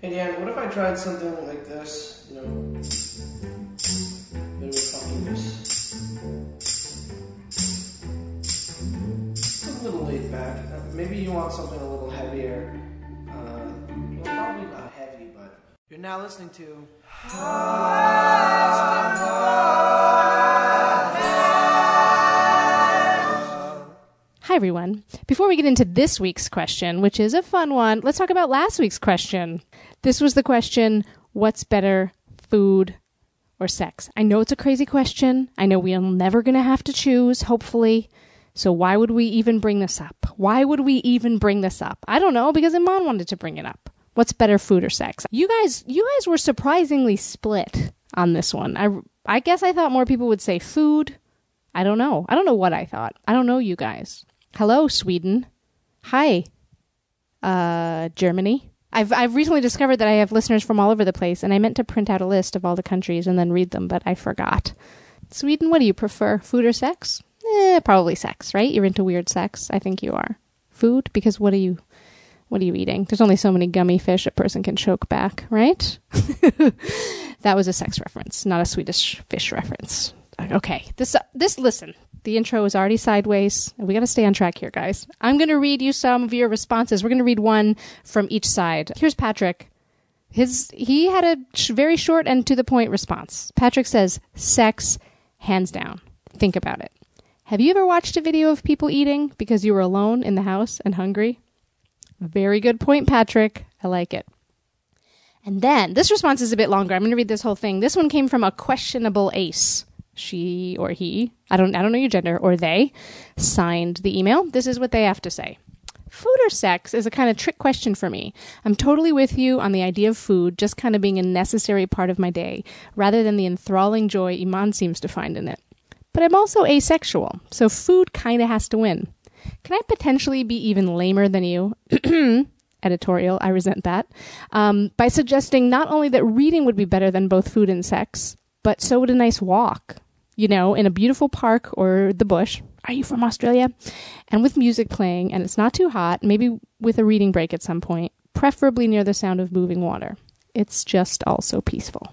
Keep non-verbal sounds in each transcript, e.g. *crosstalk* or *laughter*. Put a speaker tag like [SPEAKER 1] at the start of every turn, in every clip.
[SPEAKER 1] Hey Dan, what if I tried something like this? You know, bit of funkiness. It's a little laid back. Uh, Maybe you want something a little heavier. Uh, well, probably not heavy, but you're now listening to.
[SPEAKER 2] Hi, everyone. Before we get into this week's question, which is a fun one, let's talk about last week's question. This was the question What's better, food or sex? I know it's a crazy question. I know we're never going to have to choose, hopefully. So, why would we even bring this up? Why would we even bring this up? I don't know because Iman wanted to bring it up. What's better, food or sex? You guys, you guys were surprisingly split on this one. I, I guess I thought more people would say food. I don't know. I don't know what I thought. I don't know you guys. Hello, Sweden. Hi, uh, Germany. I've I've recently discovered that I have listeners from all over the place, and I meant to print out a list of all the countries and then read them, but I forgot. Sweden, what do you prefer, food or sex? Eh, probably sex, right? You're into weird sex. I think you are. Food, because what are you? What are you eating? There's only so many gummy fish a person can choke back, right? *laughs* that was a sex reference, not a Swedish fish reference. Okay, this this listen. The intro is already sideways. We got to stay on track here, guys. I'm going to read you some of your responses. We're going to read one from each side. Here's Patrick. His he had a sh- very short and to the point response. Patrick says, "Sex, hands down. Think about it. Have you ever watched a video of people eating because you were alone in the house and hungry?" Very good point, Patrick. I like it. And then this response is a bit longer. I'm going to read this whole thing. This one came from a questionable ace. She or he, I don't I don't know your gender or they signed the email. This is what they have to say. Food or sex is a kind of trick question for me. I'm totally with you on the idea of food just kind of being a necessary part of my day rather than the enthralling joy Iman seems to find in it. But I'm also asexual, so food kind of has to win. Can I potentially be even lamer than you? *clears throat* editorial. I resent that. Um, by suggesting not only that reading would be better than both food and sex, but so would a nice walk, you know, in a beautiful park or the bush. Are you from Australia? And with music playing, and it's not too hot, maybe with a reading break at some point, preferably near the sound of moving water. It's just also peaceful.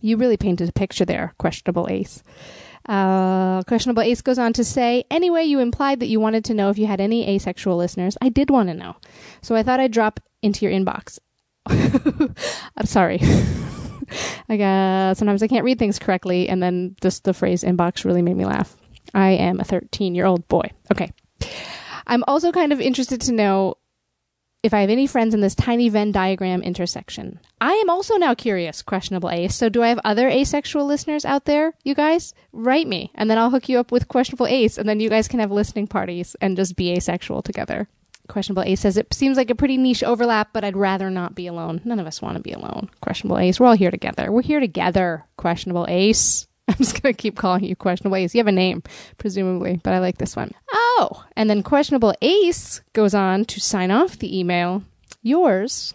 [SPEAKER 2] You really painted a picture there, questionable ace. Uh, questionable ace goes on to say, anyway, you implied that you wanted to know if you had any asexual listeners. I did want to know, so I thought I'd drop into your inbox. *laughs* I'm sorry. *laughs* like uh, sometimes I can't read things correctly, and then just the phrase inbox really made me laugh. I am a 13 year old boy. Okay. I'm also kind of interested to know if I have any friends in this tiny Venn diagram intersection. I am also now curious, questionable ace. So, do I have other asexual listeners out there, you guys? Write me, and then I'll hook you up with questionable ace, and then you guys can have listening parties and just be asexual together. Questionable ace says it seems like a pretty niche overlap, but I'd rather not be alone. None of us want to be alone. Questionable ace, we're all here together. We're here together. Questionable ace. *laughs* I'm just going to keep calling you questionable ace. You have a name, presumably, but I like this one. Oh, and then questionable ace goes on to sign off the email. Yours,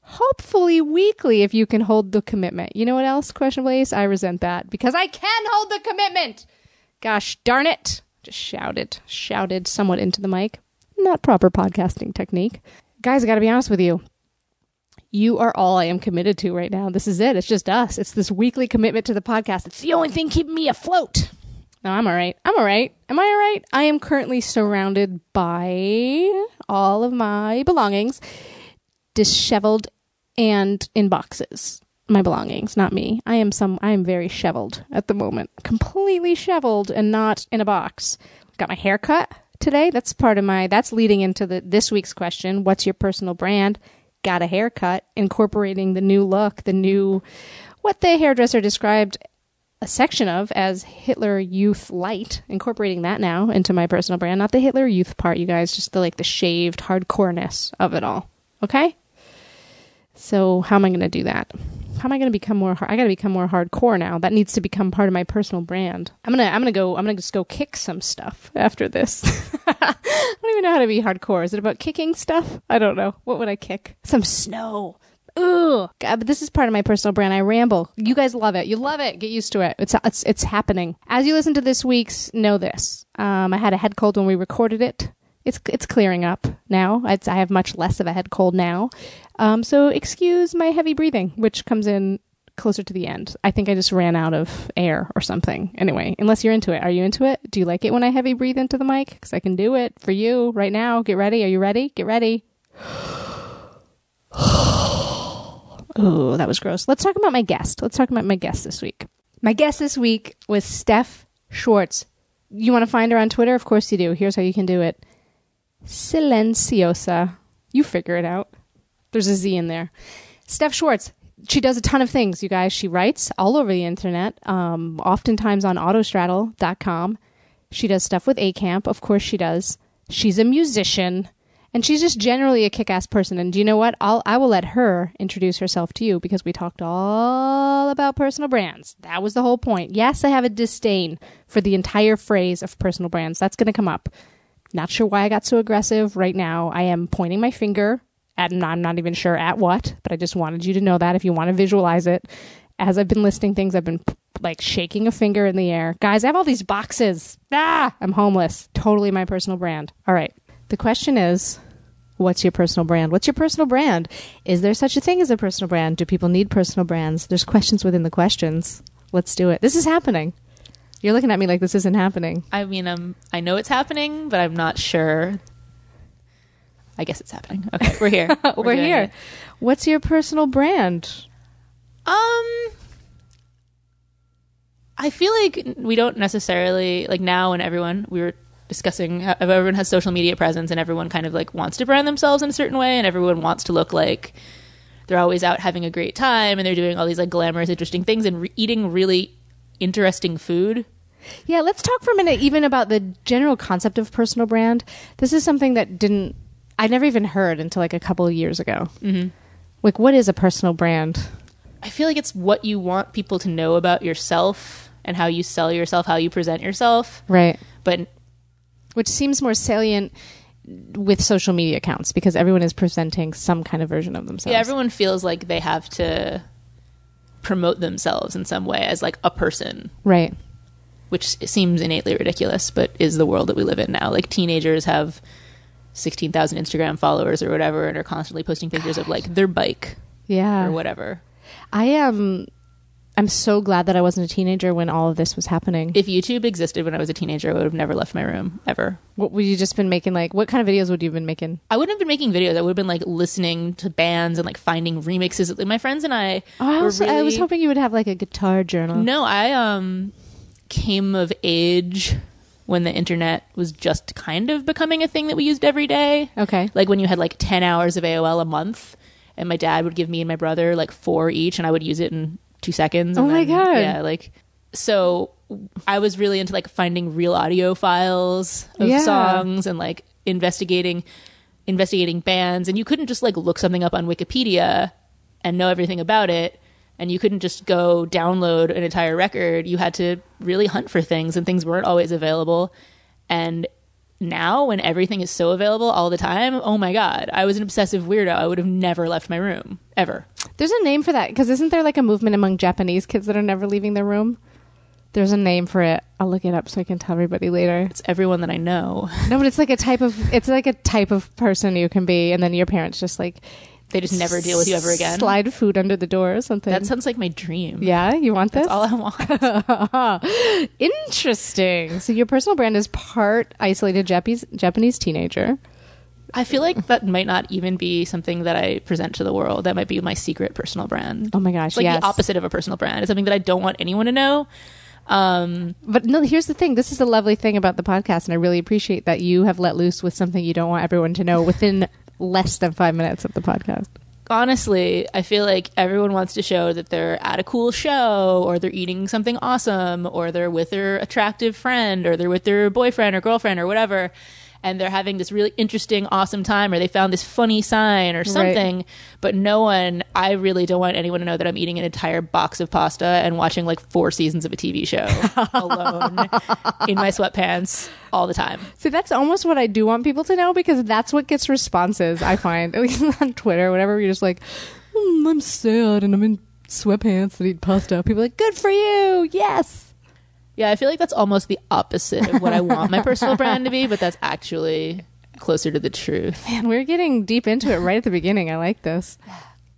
[SPEAKER 2] hopefully weekly, if you can hold the commitment. You know what else, questionable ace? I resent that because I can hold the commitment. Gosh darn it. Just shouted, shouted somewhat into the mic. Not proper podcasting technique. Guys, I got to be honest with you you are all I am committed to right now. This is it. It's just us. It's this weekly commitment to the podcast. It's the only thing keeping me afloat. No, I'm all right. I'm all right. Am I all right? I am currently surrounded by all of my belongings, disheveled and in boxes. My belongings, not me. I am some. I am very sheveled at the moment. Completely sheveled and not in a box. Got my hair cut today. That's part of my. That's leading into the this week's question. What's your personal brand? got a haircut, incorporating the new look, the new, what the hairdresser described a section of as Hitler Youth Light, incorporating that now into my personal brand. Not the Hitler Youth part, you guys, just the like the shaved hardcoreness of it all. Okay? So how am I going to do that? How am I going to become more? Hard? I got to become more hardcore now. That needs to become part of my personal brand. I'm gonna, I'm gonna go, I'm gonna just go kick some stuff after this. *laughs* I don't even know how to be hardcore. Is it about kicking stuff? I don't know. What would I kick? Some snow. Ooh, God, but this is part of my personal brand. I ramble. You guys love it. You love it. Get used to it. It's it's it's happening. As you listen to this week's, know this. Um, I had a head cold when we recorded it. it's it's clearing up now. It's, I have much less of a head cold now, um, so excuse my heavy breathing, which comes in closer to the end. I think I just ran out of air or something. Anyway, unless you're into it, are you into it? Do you like it when I heavy breathe into the mic? Because I can do it for you right now. Get ready. Are you ready? Get ready. *sighs* oh, that was gross. Let's talk about my guest. Let's talk about my guest this week. My guest this week was Steph Schwartz. You want to find her on Twitter? Of course you do. Here's how you can do it. Silenciosa. You figure it out. There's a Z in there. Steph Schwartz. She does a ton of things, you guys. She writes all over the internet, um, oftentimes on autostraddle.com. She does stuff with ACAMP. Of course, she does. She's a musician, and she's just generally a kick ass person. And do you know what? I'll, I will let her introduce herself to you because we talked all about personal brands. That was the whole point. Yes, I have a disdain for the entire phrase of personal brands. That's going to come up. Not sure why I got so aggressive right now. I am pointing my finger at, I'm not even sure at what, but I just wanted you to know that if you want to visualize it. As I've been listing things, I've been like shaking a finger in the air. Guys, I have all these boxes. Ah, I'm homeless. Totally my personal brand. All right. The question is what's your personal brand? What's your personal brand? Is there such a thing as a personal brand? Do people need personal brands? There's questions within the questions. Let's do it. This is happening. You're looking at me like this isn't happening.
[SPEAKER 3] I mean, I'm, I know it's happening, but I'm not sure. I guess
[SPEAKER 2] *laughs*
[SPEAKER 3] it's happening. Okay, we're here.
[SPEAKER 2] We're,
[SPEAKER 3] doing
[SPEAKER 2] here.
[SPEAKER 3] it.
[SPEAKER 2] What's your personal brand?
[SPEAKER 3] Um, I feel like we don't necessarily like now, and everyone we were discussing how everyone has social media presence, and everyone kind of like wants to brand themselves in a certain way, and everyone wants to look like they're always out having a great time, and they're doing all these like glamorous, interesting things, and re- eating really interesting food.
[SPEAKER 2] Yeah, let's talk for a minute even about the general concept of personal brand. This is something that didn't I never even heard until like a couple of years ago. Mm-hmm. Like, what is a personal brand?
[SPEAKER 3] I feel like it's what you want people to know about yourself and how you sell yourself, how you present yourself,
[SPEAKER 2] Right.
[SPEAKER 3] but
[SPEAKER 2] Which seems more salient with social media accounts because everyone is presenting some kind of version of themselves.
[SPEAKER 3] Yeah, everyone feels like they have to promote themselves in some way as like a person,
[SPEAKER 2] right.
[SPEAKER 3] which seems innately ridiculous, but is the world that we live in now. Like teenagers have 16,000 Instagram followers or whatever and are constantly posting pictures of like their bike
[SPEAKER 2] Yeah.
[SPEAKER 3] or whatever.
[SPEAKER 2] I am I'm so glad that I wasn't a teenager when all of this was happening.
[SPEAKER 3] If YouTube existed when I was a teenager, I would have never left my room ever.
[SPEAKER 2] what would you just been making like what kind of videos would you have been making?
[SPEAKER 3] I wouldn't have been making videos. I would have been like listening to bands and like finding remixes. Like, My friends and I
[SPEAKER 2] Oh, I,
[SPEAKER 3] were
[SPEAKER 2] was, I was
[SPEAKER 3] really-
[SPEAKER 2] hoping you would have like a guitar journal.
[SPEAKER 3] No, I um came of age when the internet was just kind of becoming a thing that we used every day.
[SPEAKER 2] Okay.
[SPEAKER 3] Like when you had like 10 hours of AOL a month and my dad would give me and my brother like four each and I would use it in 2 seconds. and
[SPEAKER 2] Oh my
[SPEAKER 3] then-
[SPEAKER 2] God.
[SPEAKER 3] Yeah, like so I was really into like finding real audio files of
[SPEAKER 2] Yeah.
[SPEAKER 3] songs and like investigating investigating bands and you couldn't just like look something up on Wikipedia and know everything about it and you couldn't just go download an entire record you had to really hunt for things and things weren't always available and now when everything is so available all the time oh my god i was an obsessive weirdo i would have never left my room ever
[SPEAKER 2] There's a name for that because isn't there like a movement among Japanese kids that are never leaving their room? There's a name for it. I'll look it up so I can tell everybody later.
[SPEAKER 3] *laughs* it's everyone that i know *laughs*
[SPEAKER 2] No, but it's like a type of it's like a type of person you can be, and then your parents just like
[SPEAKER 3] they just never deal with you ever again
[SPEAKER 2] Slide food under the door or something.
[SPEAKER 3] that sounds like my dream
[SPEAKER 2] yeah, you want this?
[SPEAKER 3] that's all i want
[SPEAKER 2] *laughs* Interesting. So your personal brand is part isolated Japanese Japanese teenager.
[SPEAKER 3] i feel like that might not even be something that i present to the world that might be my secret personal brand
[SPEAKER 2] Oh my gosh,
[SPEAKER 3] It's like
[SPEAKER 2] yes.
[SPEAKER 3] the opposite of a personal brand. It's something that I don't want anyone to know. Um,
[SPEAKER 2] But no, here's the thing. This is the lovely thing about the podcast, and I really appreciate that you have let loose with something you don't want everyone to know within *laughs* less than five minutes of the podcast.
[SPEAKER 3] honestly, I feel like everyone wants to show that they're at a cool show or they're eating something awesome or they're with their attractive friend or they're with their boyfriend or girlfriend or whatever. And they're having this really interesting, awesome time, or they found this funny sign or something. But no one, I really don't want anyone to know that I'm eating an entire box of pasta and watching like four seasons of a TV show alone in my sweatpants all the time.
[SPEAKER 2] See, that's almost what I do want people to know because that's what gets responses. I find *laughs* at least on Twitter, or whatever. You're just like, "Mm, I'm sad and I'm in sweatpants and eat pasta. People are like, good for you. Yes.
[SPEAKER 3] Yeah, I feel like that's almost the opposite of what I want my personal brand to be, but that's actually closer to the truth.
[SPEAKER 2] Man, we're getting deep into it right at the beginning. I like
[SPEAKER 3] *sighs*
[SPEAKER 2] this.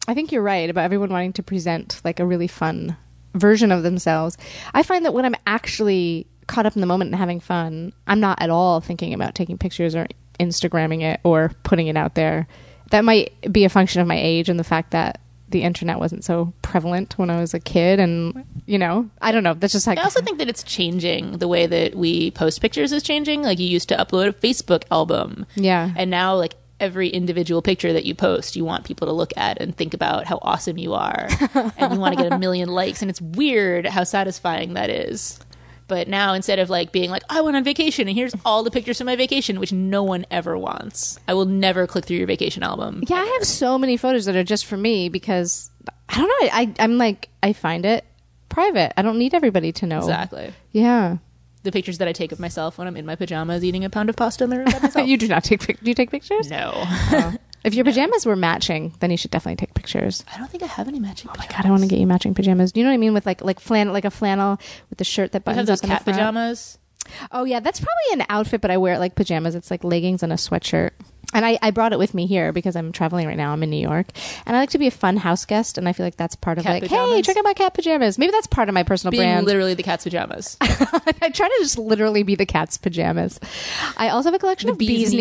[SPEAKER 2] I think you're right about everyone wanting to present like a really fun version of themselves. I find that when I'm actually caught up in the moment and having fun, I'm not at all thinking about taking pictures or Instagramming it or putting it out there. That might be a function of my age and the fact that the internet wasn't so prevalent when I was a kid. And, you know, I don't know. That's just like.
[SPEAKER 3] I also think that it's changing. The way that we post pictures is changing. Like you used to upload a Facebook album.
[SPEAKER 2] Yeah.
[SPEAKER 3] And now, like, every individual picture that you post, you want people to look at and think about how awesome you *laughs* are. and you want to get a million likes. And it's weird how satisfying that is. But now, instead of like being like, I went on vacation and here's all the pictures from my vacation, which no one ever wants, I will never click through your vacation album.
[SPEAKER 2] Yeah, I have so many photos that are just for me because I don't know. I, I am like I find it private. I don't need everybody to know.
[SPEAKER 3] Exactly.
[SPEAKER 2] Yeah.
[SPEAKER 3] The pictures that I take of myself when I'm in my pajamas eating a pound of pasta in the room by *laughs* myself.
[SPEAKER 2] you do not take pic- do you take pictures?
[SPEAKER 3] no.
[SPEAKER 2] If your pajamas were matching, then you should definitely take pictures.
[SPEAKER 3] I don't think I have any matching
[SPEAKER 2] Oh my
[SPEAKER 3] pajamas.
[SPEAKER 2] god, I want to get you matching pajamas. Do you know what I mean with like like flannel like a flannel with the shirt that
[SPEAKER 3] I have
[SPEAKER 2] buttons
[SPEAKER 3] those
[SPEAKER 2] up in the
[SPEAKER 3] cat
[SPEAKER 2] front?
[SPEAKER 3] pajamas.
[SPEAKER 2] Oh yeah, that's probably an outfit, but I wear it like pajamas. It's like leggings and a sweatshirt. And I, I brought it with me here because I'm traveling right now. I'm in New York, and I like to be a fun house guest. And I feel like that's part of
[SPEAKER 3] Cat
[SPEAKER 2] like, hey,
[SPEAKER 3] pajamas?
[SPEAKER 2] check out my cat pajamas. Maybe that's part of my personal
[SPEAKER 3] Being
[SPEAKER 2] brand.
[SPEAKER 3] literally the cat's pajamas.
[SPEAKER 2] *laughs* I try to just literally be the cat's pajamas. I also have a collection of bees
[SPEAKER 3] bee's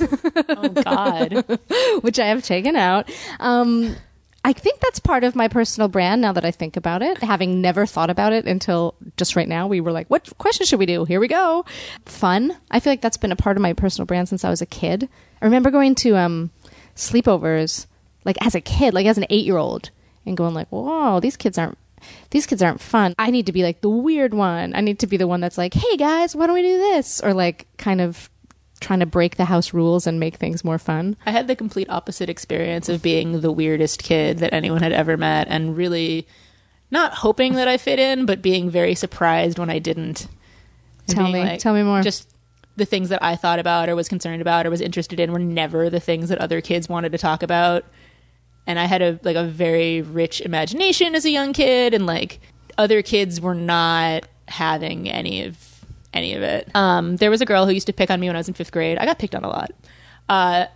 [SPEAKER 2] knees,
[SPEAKER 3] *laughs* oh God.
[SPEAKER 2] *laughs* which I have taken out. Um, I think that's part of my personal brand now that I think about it, having never thought about it until just right now. We were like, what question should we do? Here we go. Fun. I feel like that's been a part of my personal brand since I was a kid. I remember going to um, sleepovers like as a kid, like as an eight year old, and going like, whoa, these kids aren't these kids aren't fun. I need to be like the weird one. I need to be the one that's like, hey guys, why don't we do this? Or like kind of trying to break the house rules and make things more fun.
[SPEAKER 3] I had the complete opposite experience of being the weirdest kid that anyone had ever met and really not hoping that I fit in, but being very surprised when I didn't. And
[SPEAKER 2] Tell
[SPEAKER 3] being
[SPEAKER 2] me. Tell me more.
[SPEAKER 3] Just the things that I thought about or was concerned about or was interested in were never the things that other kids wanted to talk about. And I had a like a very rich imagination as a young kid and like other kids were not having any of any of it. Um, there was a girl who used to pick on me when I was in fifth grade. I got picked on a lot. Uh,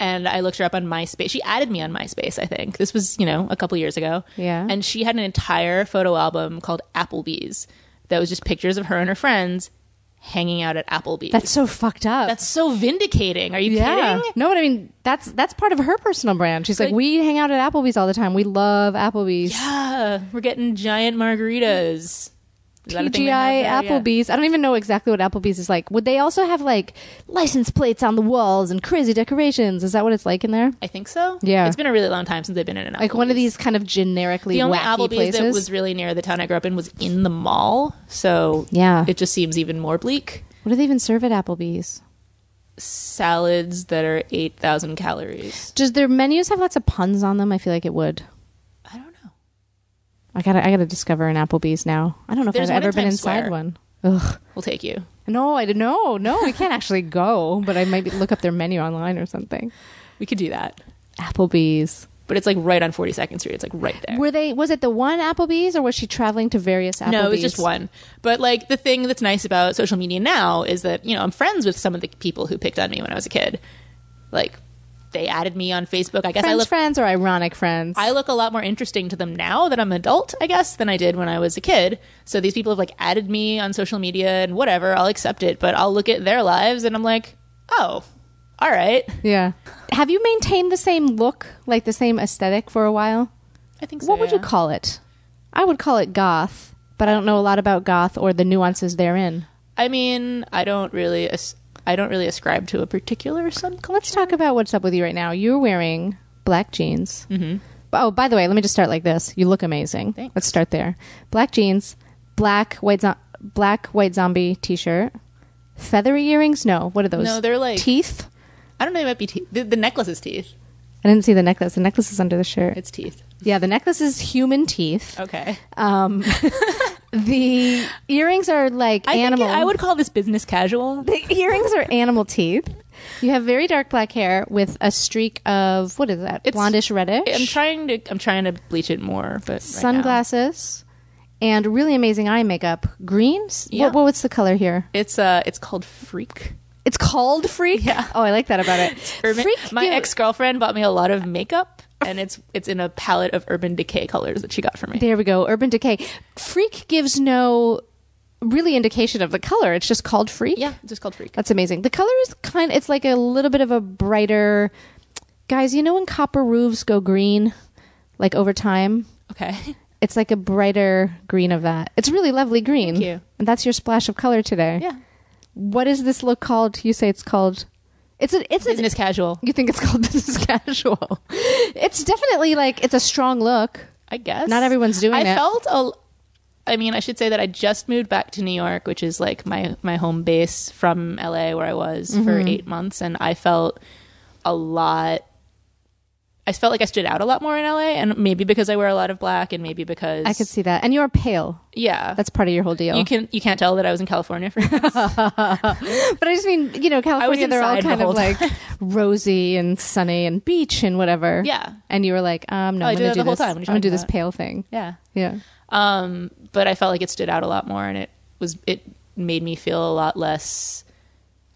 [SPEAKER 3] and I looked her up on MySpace. She added me on MySpace, I think. This was, you know, a couple years ago.
[SPEAKER 2] Yeah.
[SPEAKER 3] And she had an entire photo album called Applebee's that was just pictures of her and her friends hanging out at Applebee's.
[SPEAKER 2] That's so fucked up.
[SPEAKER 3] That's so vindicating. Are you
[SPEAKER 2] yeah.
[SPEAKER 3] kidding?
[SPEAKER 2] No, but I mean that's that's part of her personal brand. She's like,
[SPEAKER 3] Like-
[SPEAKER 2] we hang out at Applebee's all the time. We love Applebee's.
[SPEAKER 3] Yeah. Ah, We're getting giant margaritas. Is that a thing
[SPEAKER 2] TGI
[SPEAKER 3] they have there? Yeah.
[SPEAKER 2] Applebee's. I don't even know exactly what Applebee's is like. Would they also have like license plates on the walls and crazy decorations? Is that what it's like in there?
[SPEAKER 3] I think so.
[SPEAKER 2] Yeah.
[SPEAKER 3] It's been a really long time since I've been in an Applebee's.
[SPEAKER 2] Like one of these kind of generically
[SPEAKER 3] the only
[SPEAKER 2] wacky
[SPEAKER 3] Applebee's
[SPEAKER 2] places.
[SPEAKER 3] that was really near the town I grew up in was in the mall. So
[SPEAKER 2] Yeah.
[SPEAKER 3] it just seems even more bleak.
[SPEAKER 2] what do they even serve at Applebee's?
[SPEAKER 3] Salads that are 8,000 calories.
[SPEAKER 2] Does their menus have lots of puns on them? I feel like it would.
[SPEAKER 3] I don't know.
[SPEAKER 2] I gotta, I gotta discover an Applebee's now. I don't know if
[SPEAKER 3] There's
[SPEAKER 2] I've
[SPEAKER 3] one in
[SPEAKER 2] ever been
[SPEAKER 3] Times
[SPEAKER 2] inside
[SPEAKER 3] Square.
[SPEAKER 2] one. Ugh.
[SPEAKER 3] We'll take you.
[SPEAKER 2] No, I don't know. No, we can't actually go, but I might be- look up their menu online or something.
[SPEAKER 3] We could do that.
[SPEAKER 2] Applebee's.
[SPEAKER 3] But it's like right on 42nd Street. It's like right there.
[SPEAKER 2] Were they? Was it the one Applebee's, or was she traveling to various Applebee's?
[SPEAKER 3] no, it was just one. But like the thing that's nice about social media now is that, you know, I'm friends with some of the people who picked on me when I was a kid. Like they added me on Facebook. I guess I
[SPEAKER 2] Friends,
[SPEAKER 3] look
[SPEAKER 2] friends, or ironic friends.
[SPEAKER 3] I look a lot more interesting to them now that I'm an adult, I guess, than I did when I was a kid. So these people have like added me on social media and whatever, I'll accept it, but I'll look at their lives and I'm like, "Oh, all right."
[SPEAKER 2] yeah. Have you maintained the same look, like the same aesthetic, for a while?
[SPEAKER 3] I think so.
[SPEAKER 2] what would you
[SPEAKER 3] yeah.
[SPEAKER 2] call it? I would call it goth, but I don't know a lot about goth or the nuances therein.
[SPEAKER 3] I mean, I don't really, as- I don't really ascribe to a particular subculture.
[SPEAKER 2] Let's talk about what's up with you right now. You're wearing black jeans. Mm-hmm. Oh, by the way, let me just start like this. You look amazing.
[SPEAKER 3] Thanks.
[SPEAKER 2] Let's start there. Black jeans, black white zo- black white zombie t-shirt, feathery earrings. No, what are those?
[SPEAKER 3] No, they're like-
[SPEAKER 2] teeth.
[SPEAKER 3] I don't know. It might be teeth. The, the necklace is teeth.
[SPEAKER 2] I didn't see the necklace. The necklace is under the shirt.
[SPEAKER 3] It's teeth.
[SPEAKER 2] yeah, the necklace is human teeth.
[SPEAKER 3] Okay. *laughs*
[SPEAKER 2] Um, the earrings are like
[SPEAKER 3] I
[SPEAKER 2] animal.
[SPEAKER 3] Think it- I would call this business casual.
[SPEAKER 2] *laughs* The earrings are animal teeth. You have very dark black hair with a streak of what is that?
[SPEAKER 3] It's-
[SPEAKER 2] Blondish reddish.
[SPEAKER 3] I'm trying to. I'm trying to bleach it more, but right now-
[SPEAKER 2] sunglasses, and really amazing eye makeup. Greens.
[SPEAKER 3] Yeah.
[SPEAKER 2] What, what's the color here?
[SPEAKER 3] it's uh, it's called freak.
[SPEAKER 2] It's called Freak.
[SPEAKER 3] Yeah.
[SPEAKER 2] Oh, I like that about it.
[SPEAKER 3] *laughs* Urban-
[SPEAKER 2] Freak
[SPEAKER 3] my
[SPEAKER 2] you-
[SPEAKER 3] ex girlfriend bought me a lot of makeup, and it's it's in a palette of Urban Decay colors that she got for me.
[SPEAKER 2] There we go. Urban Decay. Freak gives no really indication of the color. It's just called Freak.
[SPEAKER 3] Yeah, it's just called Freak.
[SPEAKER 2] That's amazing. The color is kind. It's like a little bit of a brighter. Guys, you know when copper roofs go green, like over time.
[SPEAKER 3] Okay.
[SPEAKER 2] It's like a brighter green of that. It's really lovely green.
[SPEAKER 3] Thank you.
[SPEAKER 2] And that's your splash of color today. *laughs*
[SPEAKER 3] Yeah.
[SPEAKER 2] What is this look called? You say it's called. It's a. It's a.
[SPEAKER 3] Business casual,
[SPEAKER 2] You think it's called *laughs* business casual? It's definitely like it's a strong look.
[SPEAKER 3] I guess.
[SPEAKER 2] Not everyone's doing
[SPEAKER 3] I
[SPEAKER 2] it.
[SPEAKER 3] felt a. I mean, I should say that I just moved back to New York, which is like my my home base from LA, where I was for
[SPEAKER 2] Mm-hmm.
[SPEAKER 3] eight months, and I felt a lot. I felt like I stood out a lot more in LA, and maybe because I wear a lot of black, and maybe because
[SPEAKER 2] I could see that. And you're pale.
[SPEAKER 3] yeah,
[SPEAKER 2] That's part of your whole deal.
[SPEAKER 3] you can you can't tell that I was in California for *laughs*
[SPEAKER 2] *laughs* But I just mean, you know, California, they're all
[SPEAKER 3] inside the
[SPEAKER 2] kind
[SPEAKER 3] whole
[SPEAKER 2] of like *laughs* rosy and sunny and beach and whatever.
[SPEAKER 3] Yeah.
[SPEAKER 2] And you were like, um, no,
[SPEAKER 3] Oh, I
[SPEAKER 2] I'm
[SPEAKER 3] do
[SPEAKER 2] going
[SPEAKER 3] that
[SPEAKER 2] to do
[SPEAKER 3] the whole
[SPEAKER 2] this.
[SPEAKER 3] time. What are you
[SPEAKER 2] I'm going to do
[SPEAKER 3] talking
[SPEAKER 2] this
[SPEAKER 3] about?
[SPEAKER 2] pale thing.
[SPEAKER 3] yeah.
[SPEAKER 2] Yeah.
[SPEAKER 3] Um, but I felt like it stood out a lot more, and it was it made me feel a lot less.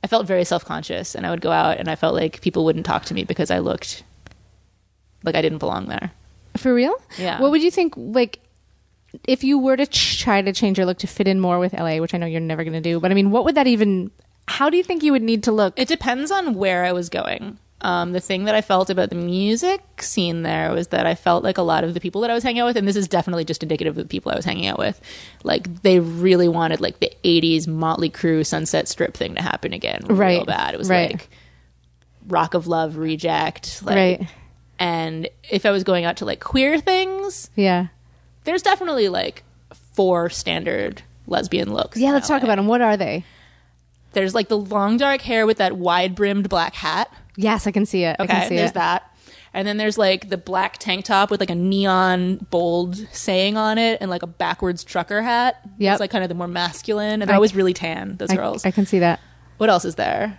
[SPEAKER 3] I felt very self conscious, and I would go out, and I felt like people wouldn't talk to me because I looked like I didn't belong there.
[SPEAKER 2] For real?
[SPEAKER 3] Yeah.
[SPEAKER 2] What would you think, like, if you were to ch- try to change your look to fit in more with LA, which I know you're never going to do, but I mean, what would that even, how do you think you would need to look?
[SPEAKER 3] It depends on where I was going. Um, the thing that I felt about the music scene there was that I felt like a lot of the people that I was hanging out with, and this is definitely just indicative of the people I was hanging out with, like they really wanted like the '80s Motley Crue Sunset Strip thing to happen again, real
[SPEAKER 2] Right.
[SPEAKER 3] bad. It was
[SPEAKER 2] Right.
[SPEAKER 3] like Rock of Love, Reject, like,
[SPEAKER 2] Right.
[SPEAKER 3] And if I was going out to like queer things,
[SPEAKER 2] yeah.
[SPEAKER 3] there's definitely like four standard lesbian looks.
[SPEAKER 2] Yeah, let's talk about them. What are they?
[SPEAKER 3] There's like the long dark hair with that wide brimmed black hat.
[SPEAKER 2] Yes, I can see it. I
[SPEAKER 3] Okay,
[SPEAKER 2] can see
[SPEAKER 3] there's
[SPEAKER 2] it.
[SPEAKER 3] that. And then there's like the black tank top with like a neon bold saying on it and like a backwards trucker hat.
[SPEAKER 2] Yep.
[SPEAKER 3] It's like kind of the more masculine. And they're always really tan, those
[SPEAKER 2] I,
[SPEAKER 3] girls.
[SPEAKER 2] I can see that.
[SPEAKER 3] what else is there?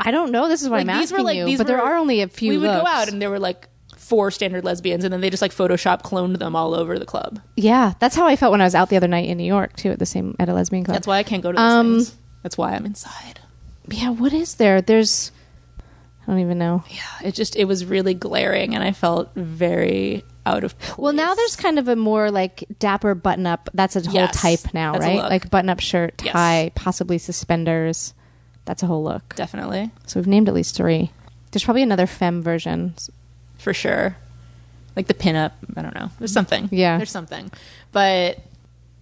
[SPEAKER 2] I don't know. This is why
[SPEAKER 3] Like,
[SPEAKER 2] I'm
[SPEAKER 3] these
[SPEAKER 2] asking
[SPEAKER 3] were like,
[SPEAKER 2] you.
[SPEAKER 3] these
[SPEAKER 2] but there
[SPEAKER 3] were-
[SPEAKER 2] are only a few
[SPEAKER 3] We would go
[SPEAKER 2] looks.
[SPEAKER 3] out and there were like four standard lesbians and then they just like Photoshop cloned them all over the club.
[SPEAKER 2] Yeah, that's how I felt when I was out the other night in New York too, at the same at a lesbian club.
[SPEAKER 3] That's why I can't go to those
[SPEAKER 2] Um,
[SPEAKER 3] things. That's why I'm inside.
[SPEAKER 2] yeah, what is there? There's, I don't even know.
[SPEAKER 3] Yeah, it just, it was really glaring and I felt very out of place.
[SPEAKER 2] Well, now there's kind of a more like dapper button up. That's a whole
[SPEAKER 3] Yes,
[SPEAKER 2] type now,
[SPEAKER 3] that's a
[SPEAKER 2] right?
[SPEAKER 3] look.
[SPEAKER 2] Like button up shirt,
[SPEAKER 3] Yes.
[SPEAKER 2] tie, possibly suspenders. That's a whole look.
[SPEAKER 3] Definitely.
[SPEAKER 2] So we've named at least three. There's probably another femme version.
[SPEAKER 3] for sure. Like the pinup, I don't know. There's something.
[SPEAKER 2] Yeah.
[SPEAKER 3] There's something. But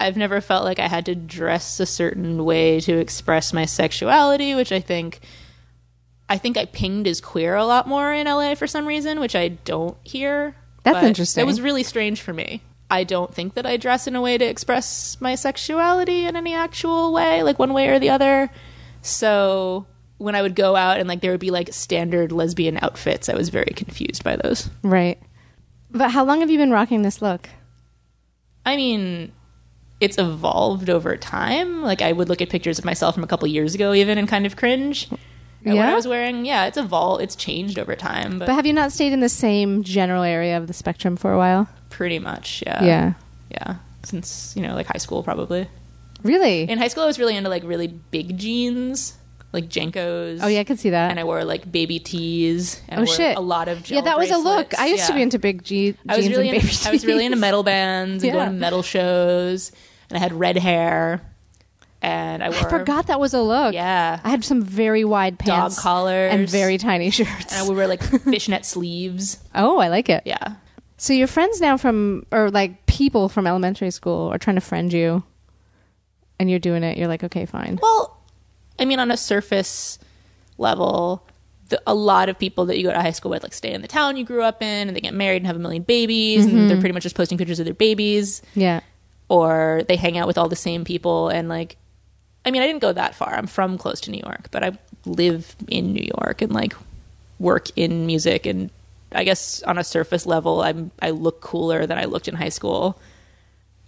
[SPEAKER 3] I've never felt like I had to dress a certain way to express my sexuality, which I think I think I pinged as queer a lot more in LA for some reason, which I don't here.
[SPEAKER 2] That's
[SPEAKER 3] But
[SPEAKER 2] interesting.
[SPEAKER 3] It was really strange for me. I don't think that I dress in a way to express my sexuality in any actual way, like one way or the other. So when I would go out and like there would be like standard lesbian outfits, I was very confused by those.
[SPEAKER 2] Right. But how long have you been rocking this look?
[SPEAKER 3] I mean, it's evolved over time. Like I would look at pictures of myself from a couple years ago, even, and kind of cringe. Yeah. What
[SPEAKER 2] Yeah?
[SPEAKER 3] I was wearing, yeah, it's evolved. It's changed over time, but,
[SPEAKER 2] But have you not stayed in the same general area of the spectrum for a while?
[SPEAKER 3] pretty much, yeah,
[SPEAKER 2] yeah.
[SPEAKER 3] yeah. Since you know, like high school, probably.
[SPEAKER 2] Really?
[SPEAKER 3] In high school, I was really into like really big jeans, like Jenkos.
[SPEAKER 2] oh yeah, I can see that.
[SPEAKER 3] and I wore like baby tees. And
[SPEAKER 2] oh
[SPEAKER 3] I wore
[SPEAKER 2] shit!
[SPEAKER 3] a lot of gel
[SPEAKER 2] yeah. That was a look.
[SPEAKER 3] bracelets.
[SPEAKER 2] I used to
[SPEAKER 3] Yeah.
[SPEAKER 2] be into big je- jeans
[SPEAKER 3] I was really
[SPEAKER 2] and
[SPEAKER 3] into,
[SPEAKER 2] baby
[SPEAKER 3] I was really into
[SPEAKER 2] jeans.
[SPEAKER 3] metal bands and
[SPEAKER 2] *laughs* Yeah.
[SPEAKER 3] going to metal shows, and I had red hair, and I wore
[SPEAKER 2] I forgot that was a look.
[SPEAKER 3] Yeah.
[SPEAKER 2] I had some very wide
[SPEAKER 3] dog
[SPEAKER 2] pants,
[SPEAKER 3] collars
[SPEAKER 2] and very tiny *laughs*
[SPEAKER 3] And
[SPEAKER 2] shirts.
[SPEAKER 3] I would *laughs* wear like fishnet sleeves.
[SPEAKER 2] oh, I like it.
[SPEAKER 3] Yeah,
[SPEAKER 2] So your friends now from or like people from elementary school are trying to friend you, and you're doing it. You're like, okay, fine.
[SPEAKER 3] Well, I mean, on a surface level, the, a lot of people that you go to high school with like stay in the town you grew up in, and they get married and have a million babies, and they're pretty much just posting pictures of their babies,
[SPEAKER 2] Yeah.
[SPEAKER 3] or they hang out with all the same people. And like, I mean, I didn't go that far. I'm from close to New York, but I live in New York and like work in music. And I guess on a surface level, I'm I look cooler than I looked in high school.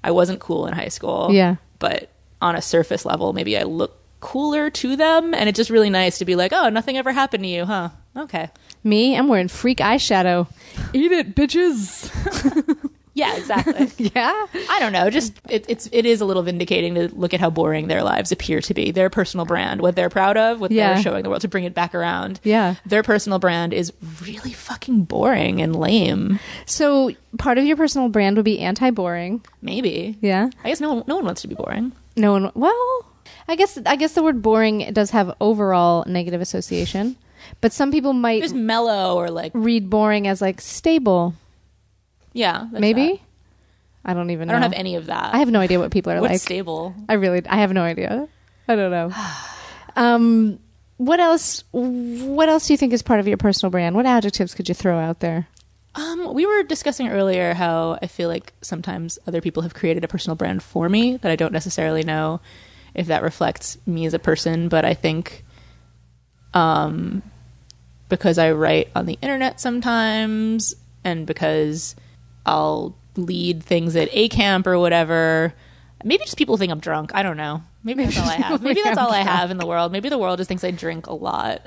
[SPEAKER 3] I wasn't cool in high school
[SPEAKER 2] Yeah.
[SPEAKER 3] but on a surface level, maybe I look cooler to them. And it's just really nice to be like, oh, nothing ever happened to you, huh? Okay.
[SPEAKER 2] Me, I'm wearing freak eyeshadow. Eat it, bitches.
[SPEAKER 3] Yeah, exactly.
[SPEAKER 2] *laughs* Yeah.
[SPEAKER 3] I don't know. Just it, it's it is a little vindicating to look at how boring their lives appear to be. Their personal brand, what they're proud of, what
[SPEAKER 2] Yeah.
[SPEAKER 3] they're showing the world to bring it back around.
[SPEAKER 2] Yeah.
[SPEAKER 3] Their personal brand is really fucking boring and lame.
[SPEAKER 2] So part of your personal brand would be anti-boring.
[SPEAKER 3] Maybe.
[SPEAKER 2] Yeah.
[SPEAKER 3] I guess no one, no one wants to be boring.
[SPEAKER 2] No one. Well, I guess I guess the word boring does have overall negative association, but some people might
[SPEAKER 3] There's mellow or like
[SPEAKER 2] read boring as like stable.
[SPEAKER 3] yeah, that's
[SPEAKER 2] Maybe. I don't even.
[SPEAKER 3] that. I
[SPEAKER 2] know.
[SPEAKER 3] don't have any of that.
[SPEAKER 2] I have no idea what people are
[SPEAKER 3] What's
[SPEAKER 2] like.
[SPEAKER 3] stable?
[SPEAKER 2] I really. I have no idea. I don't
[SPEAKER 3] *sighs*
[SPEAKER 2] know. Um. What else? What else do you think is part of your personal brand? What adjectives could you throw out there?
[SPEAKER 3] Um, we were discussing earlier how I feel like sometimes other people have created a personal brand for me that I don't necessarily know if that reflects me as a person, but I think um because I write on the internet sometimes and because I'll lead things at A camp or whatever. Maybe just people think I'm drunk. I don't know. Maybe that's all I have. Maybe that's all I have in the world. Maybe the world just thinks I drink a lot,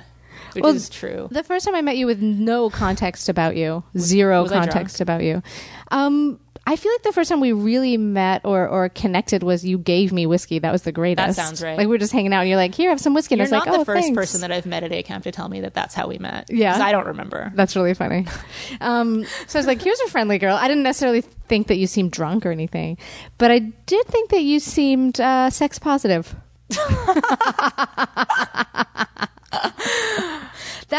[SPEAKER 3] which
[SPEAKER 2] Well,
[SPEAKER 3] is true.
[SPEAKER 2] The first time I met you with no context about you, zero
[SPEAKER 3] was I
[SPEAKER 2] context about you. Um, I feel like the first time we really met or, or connected was you gave me whiskey. That was the greatest.
[SPEAKER 3] sounds right.
[SPEAKER 2] Like we were just hanging out and you're like, here, have some whiskey. And I
[SPEAKER 3] You're
[SPEAKER 2] was
[SPEAKER 3] not
[SPEAKER 2] like,
[SPEAKER 3] the
[SPEAKER 2] oh,
[SPEAKER 3] first
[SPEAKER 2] thanks."
[SPEAKER 3] person that I've met at A camp to tell me that that's how we met.
[SPEAKER 2] Yeah.
[SPEAKER 3] 'Cause I don't remember.
[SPEAKER 2] That's really funny. *laughs* Um, so I was like, here's a friendly girl. I didn't necessarily think that you seemed drunk or anything, but I did think that you seemed uh, sex
[SPEAKER 3] *laughs*
[SPEAKER 2] positive. *laughs* that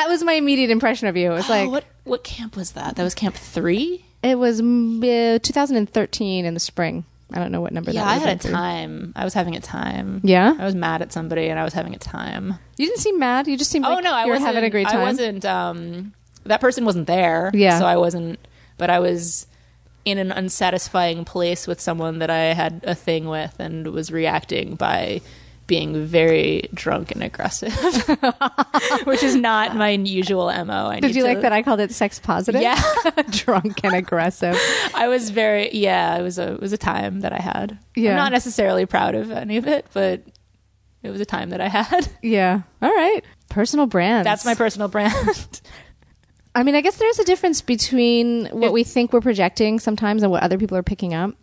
[SPEAKER 2] was my immediate impression of
[SPEAKER 3] *gasps*
[SPEAKER 2] you. It was like,
[SPEAKER 3] oh, what what camp was that? That was camp three.
[SPEAKER 2] It was mm, uh, 2013 in the spring. I don't know what number
[SPEAKER 3] Yeah,
[SPEAKER 2] that
[SPEAKER 3] I
[SPEAKER 2] was.
[SPEAKER 3] had a time. I was having a time.
[SPEAKER 2] Yeah?
[SPEAKER 3] I was mad at somebody, and I was having a time.
[SPEAKER 2] You didn't seem mad. You just seemed like
[SPEAKER 3] oh no, I
[SPEAKER 2] you were
[SPEAKER 3] was
[SPEAKER 2] having a great time.
[SPEAKER 3] I wasn't. Um, that person wasn't there.
[SPEAKER 2] Yeah.
[SPEAKER 3] so I wasn't. But I was in an unsatisfying place with someone that I had a thing with, and was reacting by being very drunk and aggressive, *laughs* which is not my usual mo. I
[SPEAKER 2] Did
[SPEAKER 3] need
[SPEAKER 2] you
[SPEAKER 3] to-
[SPEAKER 2] like that I called it sex positive?
[SPEAKER 3] Yeah.
[SPEAKER 2] *laughs* Drunk and aggressive.
[SPEAKER 3] I was very yeah. It was a it was a time that I had.
[SPEAKER 2] Yeah.
[SPEAKER 3] I'm not necessarily proud of any of it, but it was a time that I had. *laughs*
[SPEAKER 2] Yeah. All right. Personal brands.
[SPEAKER 3] That's my personal brand. *laughs*
[SPEAKER 2] I mean, I guess there's a difference between what we think we're projecting sometimes and what other people are picking up.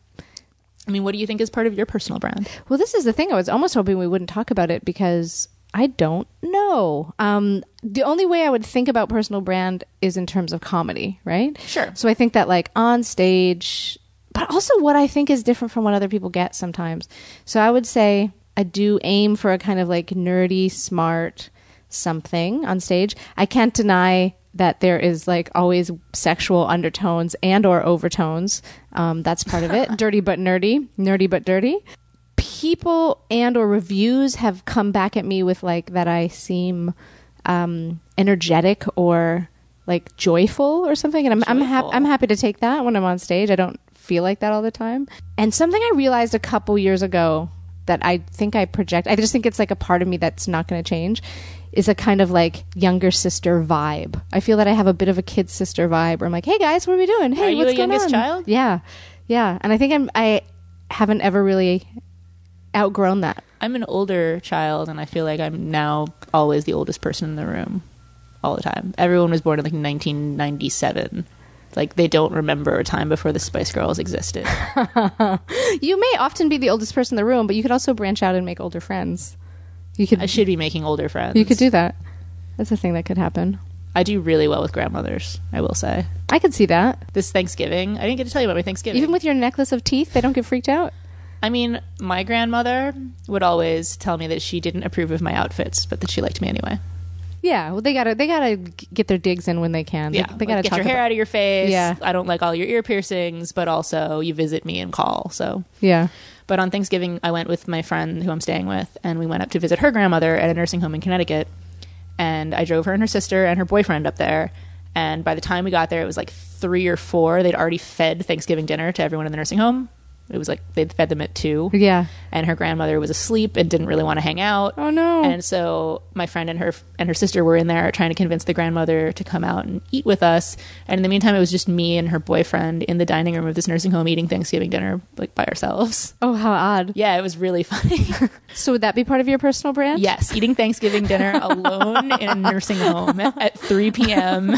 [SPEAKER 3] I mean, what do you think is part of your personal brand?
[SPEAKER 2] Well, this is the thing. I was almost hoping we wouldn't talk about it because I don't know. Um, the only way I would think about personal brand is in terms of comedy, right?
[SPEAKER 3] Sure.
[SPEAKER 2] So I think that like on stage, but also what I think is different from what other people get sometimes. So I would say I do aim for a kind of like nerdy, smart something on stage. I can't deny that there is like always sexual undertones and or overtones. Um, that's part of it. dirty but nerdy, nerdy but dirty people and or reviews have come back at me with like that I seem um, energetic or like joyful or something, and I'm I'm, hap-
[SPEAKER 3] Joyful.
[SPEAKER 2] I'm happy to take that when I'm on stage. I don't feel like that all the time. And something I realized a couple years ago that I think I project. I just think it's like a part of me that's not going to change. Is a kind of like younger sister vibe. I feel that I have a bit of a kid sister vibe. Where I'm like, hey guys, what are we doing? Hey,
[SPEAKER 3] Are you
[SPEAKER 2] what's
[SPEAKER 3] a
[SPEAKER 2] going
[SPEAKER 3] youngest
[SPEAKER 2] on?
[SPEAKER 3] child?
[SPEAKER 2] Yeah, yeah. And I think I'm I haven't ever really outgrown
[SPEAKER 3] *laughs*
[SPEAKER 2] that.
[SPEAKER 3] I'm an older child, and I feel like I'm now always the oldest person in the room, all the time. Everyone was born in like 1997. Like they don't remember a time before the Spice
[SPEAKER 2] *laughs*
[SPEAKER 3] Girls existed.
[SPEAKER 2] You may often be the oldest person in the room, but you could also branch out and make older friends. You could
[SPEAKER 3] I should be making older friends.
[SPEAKER 2] you could do that. That's a thing that could happen.
[SPEAKER 3] I do really well with grandmothers. I will say.
[SPEAKER 2] I could see that.
[SPEAKER 3] This Thanksgiving, I didn't get to tell you about my Thanksgiving.
[SPEAKER 2] Even with your necklace of teeth, they don't get freaked out.
[SPEAKER 3] I mean, my grandmother would always tell me that she didn't approve of my outfits, but that she liked me anyway.
[SPEAKER 2] Yeah, well, they gotta they gotta g- get their digs in when they can. They-
[SPEAKER 3] Yeah,
[SPEAKER 2] they,
[SPEAKER 3] like,
[SPEAKER 2] gotta
[SPEAKER 3] get
[SPEAKER 2] talk
[SPEAKER 3] your hair
[SPEAKER 2] about-
[SPEAKER 3] out of your face.
[SPEAKER 2] Yeah.
[SPEAKER 3] I don't like all your ear piercings, but also you visit me and call. So,
[SPEAKER 2] Yeah,
[SPEAKER 3] but on Thanksgiving, I went with my friend who I'm staying with, and we went up to visit her grandmother at a nursing home in Connecticut. And I drove her and her sister and her boyfriend up there. And by the time we got there, it was like three or four. They'd already fed Thanksgiving dinner to everyone in the nursing home. It was like they fed them at two,
[SPEAKER 2] Yeah.
[SPEAKER 3] and her grandmother was asleep and didn't really want to hang out.
[SPEAKER 2] Oh, no.
[SPEAKER 3] And so my friend and her and her sister were in there trying to convince the grandmother to come out and eat with us. And in the meantime, it was just me and her boyfriend in the dining room of this nursing home eating Thanksgiving dinner like by ourselves.
[SPEAKER 2] Oh, how odd.
[SPEAKER 3] *laughs* Yeah, it was really funny.
[SPEAKER 2] So would that be part of your personal brand?
[SPEAKER 3] *laughs* yes, eating Thanksgiving dinner alone in a nursing home at 3 *laughs* p.m.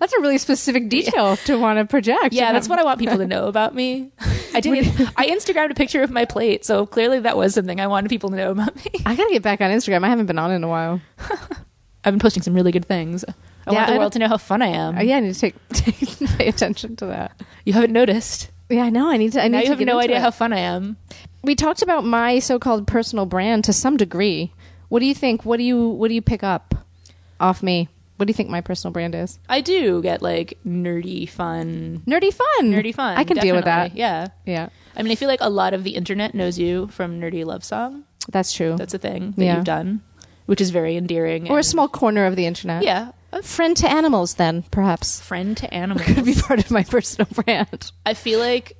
[SPEAKER 2] That's a really specific detail to want to project.
[SPEAKER 3] Yeah, that's what I want people to know about me. *laughs* I did. I Instagrammed a picture of my plate, so clearly that was something I wanted people to know about me.
[SPEAKER 2] I gotta get back on Instagram. I haven't been on in a while.
[SPEAKER 3] I've been posting some really good things. I
[SPEAKER 2] Yeah,
[SPEAKER 3] want the
[SPEAKER 2] I
[SPEAKER 3] world to know how fun I am.
[SPEAKER 2] Oh, yeah, I need to take, *laughs* take pay attention to that.
[SPEAKER 3] You haven't noticed.
[SPEAKER 2] Yeah, I know. I need to. I need
[SPEAKER 3] Now
[SPEAKER 2] to
[SPEAKER 3] you have
[SPEAKER 2] get
[SPEAKER 3] no
[SPEAKER 2] into
[SPEAKER 3] idea
[SPEAKER 2] it.
[SPEAKER 3] how fun I am.
[SPEAKER 2] we talked about my so-called personal brand to some degree. What do you think? What do you What do you pick up off me? What do you think my personal brand is?
[SPEAKER 3] I do get like nerdy fun.
[SPEAKER 2] Nerdy fun.
[SPEAKER 3] Nerdy fun.
[SPEAKER 2] I can deal with that.
[SPEAKER 3] definitely. Yeah.
[SPEAKER 2] Yeah,
[SPEAKER 3] I mean, I feel like a lot of the internet knows you from Nerdy Love Song.
[SPEAKER 2] that's true.
[SPEAKER 3] That's a thing that
[SPEAKER 2] Yeah.
[SPEAKER 3] you've done, which is very endearing.
[SPEAKER 2] or a
[SPEAKER 3] and-
[SPEAKER 2] small corner of the internet.
[SPEAKER 3] Yeah. A
[SPEAKER 2] Friend to animals, then perhaps *laughs*
[SPEAKER 3] friend to animals.
[SPEAKER 2] could be part of my personal *laughs* brand.
[SPEAKER 3] I feel like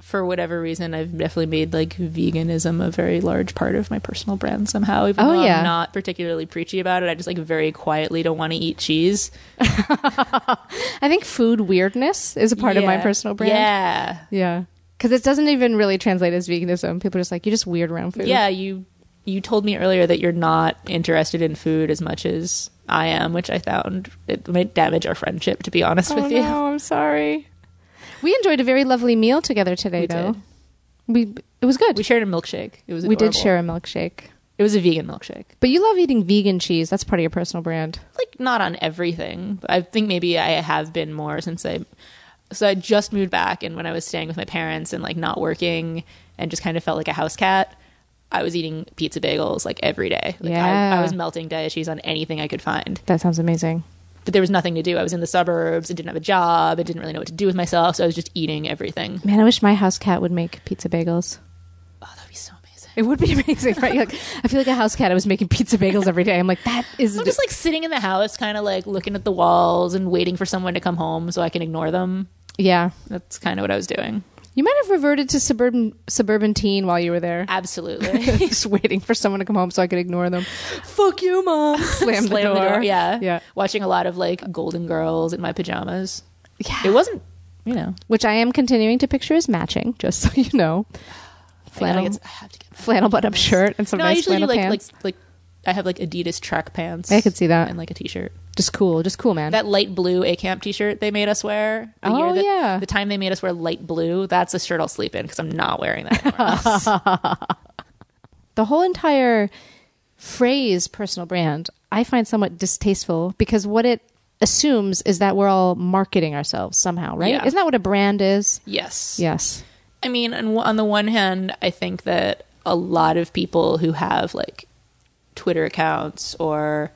[SPEAKER 3] for whatever reason I've definitely made like veganism a very large part of my personal brand somehow. Even
[SPEAKER 2] Oh,
[SPEAKER 3] though
[SPEAKER 2] yeah.
[SPEAKER 3] I'm not particularly preachy about it. I just like very quietly don't want to eat cheese.
[SPEAKER 2] I think food weirdness is a part of my
[SPEAKER 3] Yeah.
[SPEAKER 2] personal brand.
[SPEAKER 3] Yeah.
[SPEAKER 2] yeah, because it doesn't even really translate as veganism. People are just like you're just weird around food.
[SPEAKER 3] Yeah, you you told me earlier that you're not interested in food as much as I am, which I found it might damage our friendship to be honest
[SPEAKER 2] Oh
[SPEAKER 3] with you.
[SPEAKER 2] no, I'm sorry. We enjoyed a very lovely meal together today,
[SPEAKER 3] We
[SPEAKER 2] though.
[SPEAKER 3] did.
[SPEAKER 2] We it was good.
[SPEAKER 3] *laughs* We shared a milkshake. It was
[SPEAKER 2] We did
[SPEAKER 3] adorable.
[SPEAKER 2] share a milkshake.
[SPEAKER 3] It was a vegan milkshake.
[SPEAKER 2] But you love eating vegan cheese. That's part of your personal brand.
[SPEAKER 3] like not on everything. But I think maybe I have been more since I so I just moved back and when I was staying with my parents and like not working and just kind of felt like a house cat, I was eating pizza bagels like every day. Like
[SPEAKER 2] Yeah.
[SPEAKER 3] I, I was melting diet cheese on anything I could find.
[SPEAKER 2] That sounds amazing.
[SPEAKER 3] But there was nothing to do. I was in the suburbs, I didn't have a job, I didn't really know what to do with myself, so I was just eating everything.
[SPEAKER 2] Man, I wish my house cat would make pizza bagels.
[SPEAKER 3] Oh, that'd be so amazing.
[SPEAKER 2] It would be *laughs* amazing, right? You're like, I feel like a house cat. I was making pizza bagels every day. I'm like, that is
[SPEAKER 3] I'm just like sitting in the house, kind of like looking at the walls and waiting for someone to come home so I can ignore them.
[SPEAKER 2] yeah.
[SPEAKER 3] That's kind of what I was doing.
[SPEAKER 2] You might have reverted to suburban suburban teen while you were *laughs* there,
[SPEAKER 3] Absolutely. *laughs*
[SPEAKER 2] just waiting for someone to come home so I could ignore them. Fuck you,
[SPEAKER 3] *laughs*
[SPEAKER 2] mom! Slam,
[SPEAKER 3] slam
[SPEAKER 2] the, door.
[SPEAKER 3] Yeah.
[SPEAKER 2] yeah,
[SPEAKER 3] Watching a lot of like Golden Girls in my pajamas.
[SPEAKER 2] yeah.
[SPEAKER 3] It wasn't, you know.
[SPEAKER 2] which I am continuing to picture as matching, *laughs* just so you know.
[SPEAKER 3] I,
[SPEAKER 2] Flannel,
[SPEAKER 3] gotta get- I have to get. My
[SPEAKER 2] flannel button up shirt and some
[SPEAKER 3] no, I
[SPEAKER 2] nice
[SPEAKER 3] usually do
[SPEAKER 2] flannel
[SPEAKER 3] like
[SPEAKER 2] pants.
[SPEAKER 3] like like I have like Adidas track pants.
[SPEAKER 2] I could see that.
[SPEAKER 3] and like a t-shirt.
[SPEAKER 2] just cool, just cool, man.
[SPEAKER 3] That light blue A Camp t-shirt they made us wear. the
[SPEAKER 2] Oh,
[SPEAKER 3] that-
[SPEAKER 2] yeah.
[SPEAKER 3] the time they made us wear light blue. That's a shirt I'll sleep in because I'm not wearing
[SPEAKER 2] *laughs*
[SPEAKER 3] that. anywhere else.
[SPEAKER 2] the whole entire phrase personal brand I find somewhat distasteful because what it assumes is that we're all marketing ourselves somehow, right?
[SPEAKER 3] Yeah.
[SPEAKER 2] Isn't that what a brand is?
[SPEAKER 3] yes.
[SPEAKER 2] Yes.
[SPEAKER 3] I mean, on, on the one hand, I think that a lot of people who have like Twitter accounts or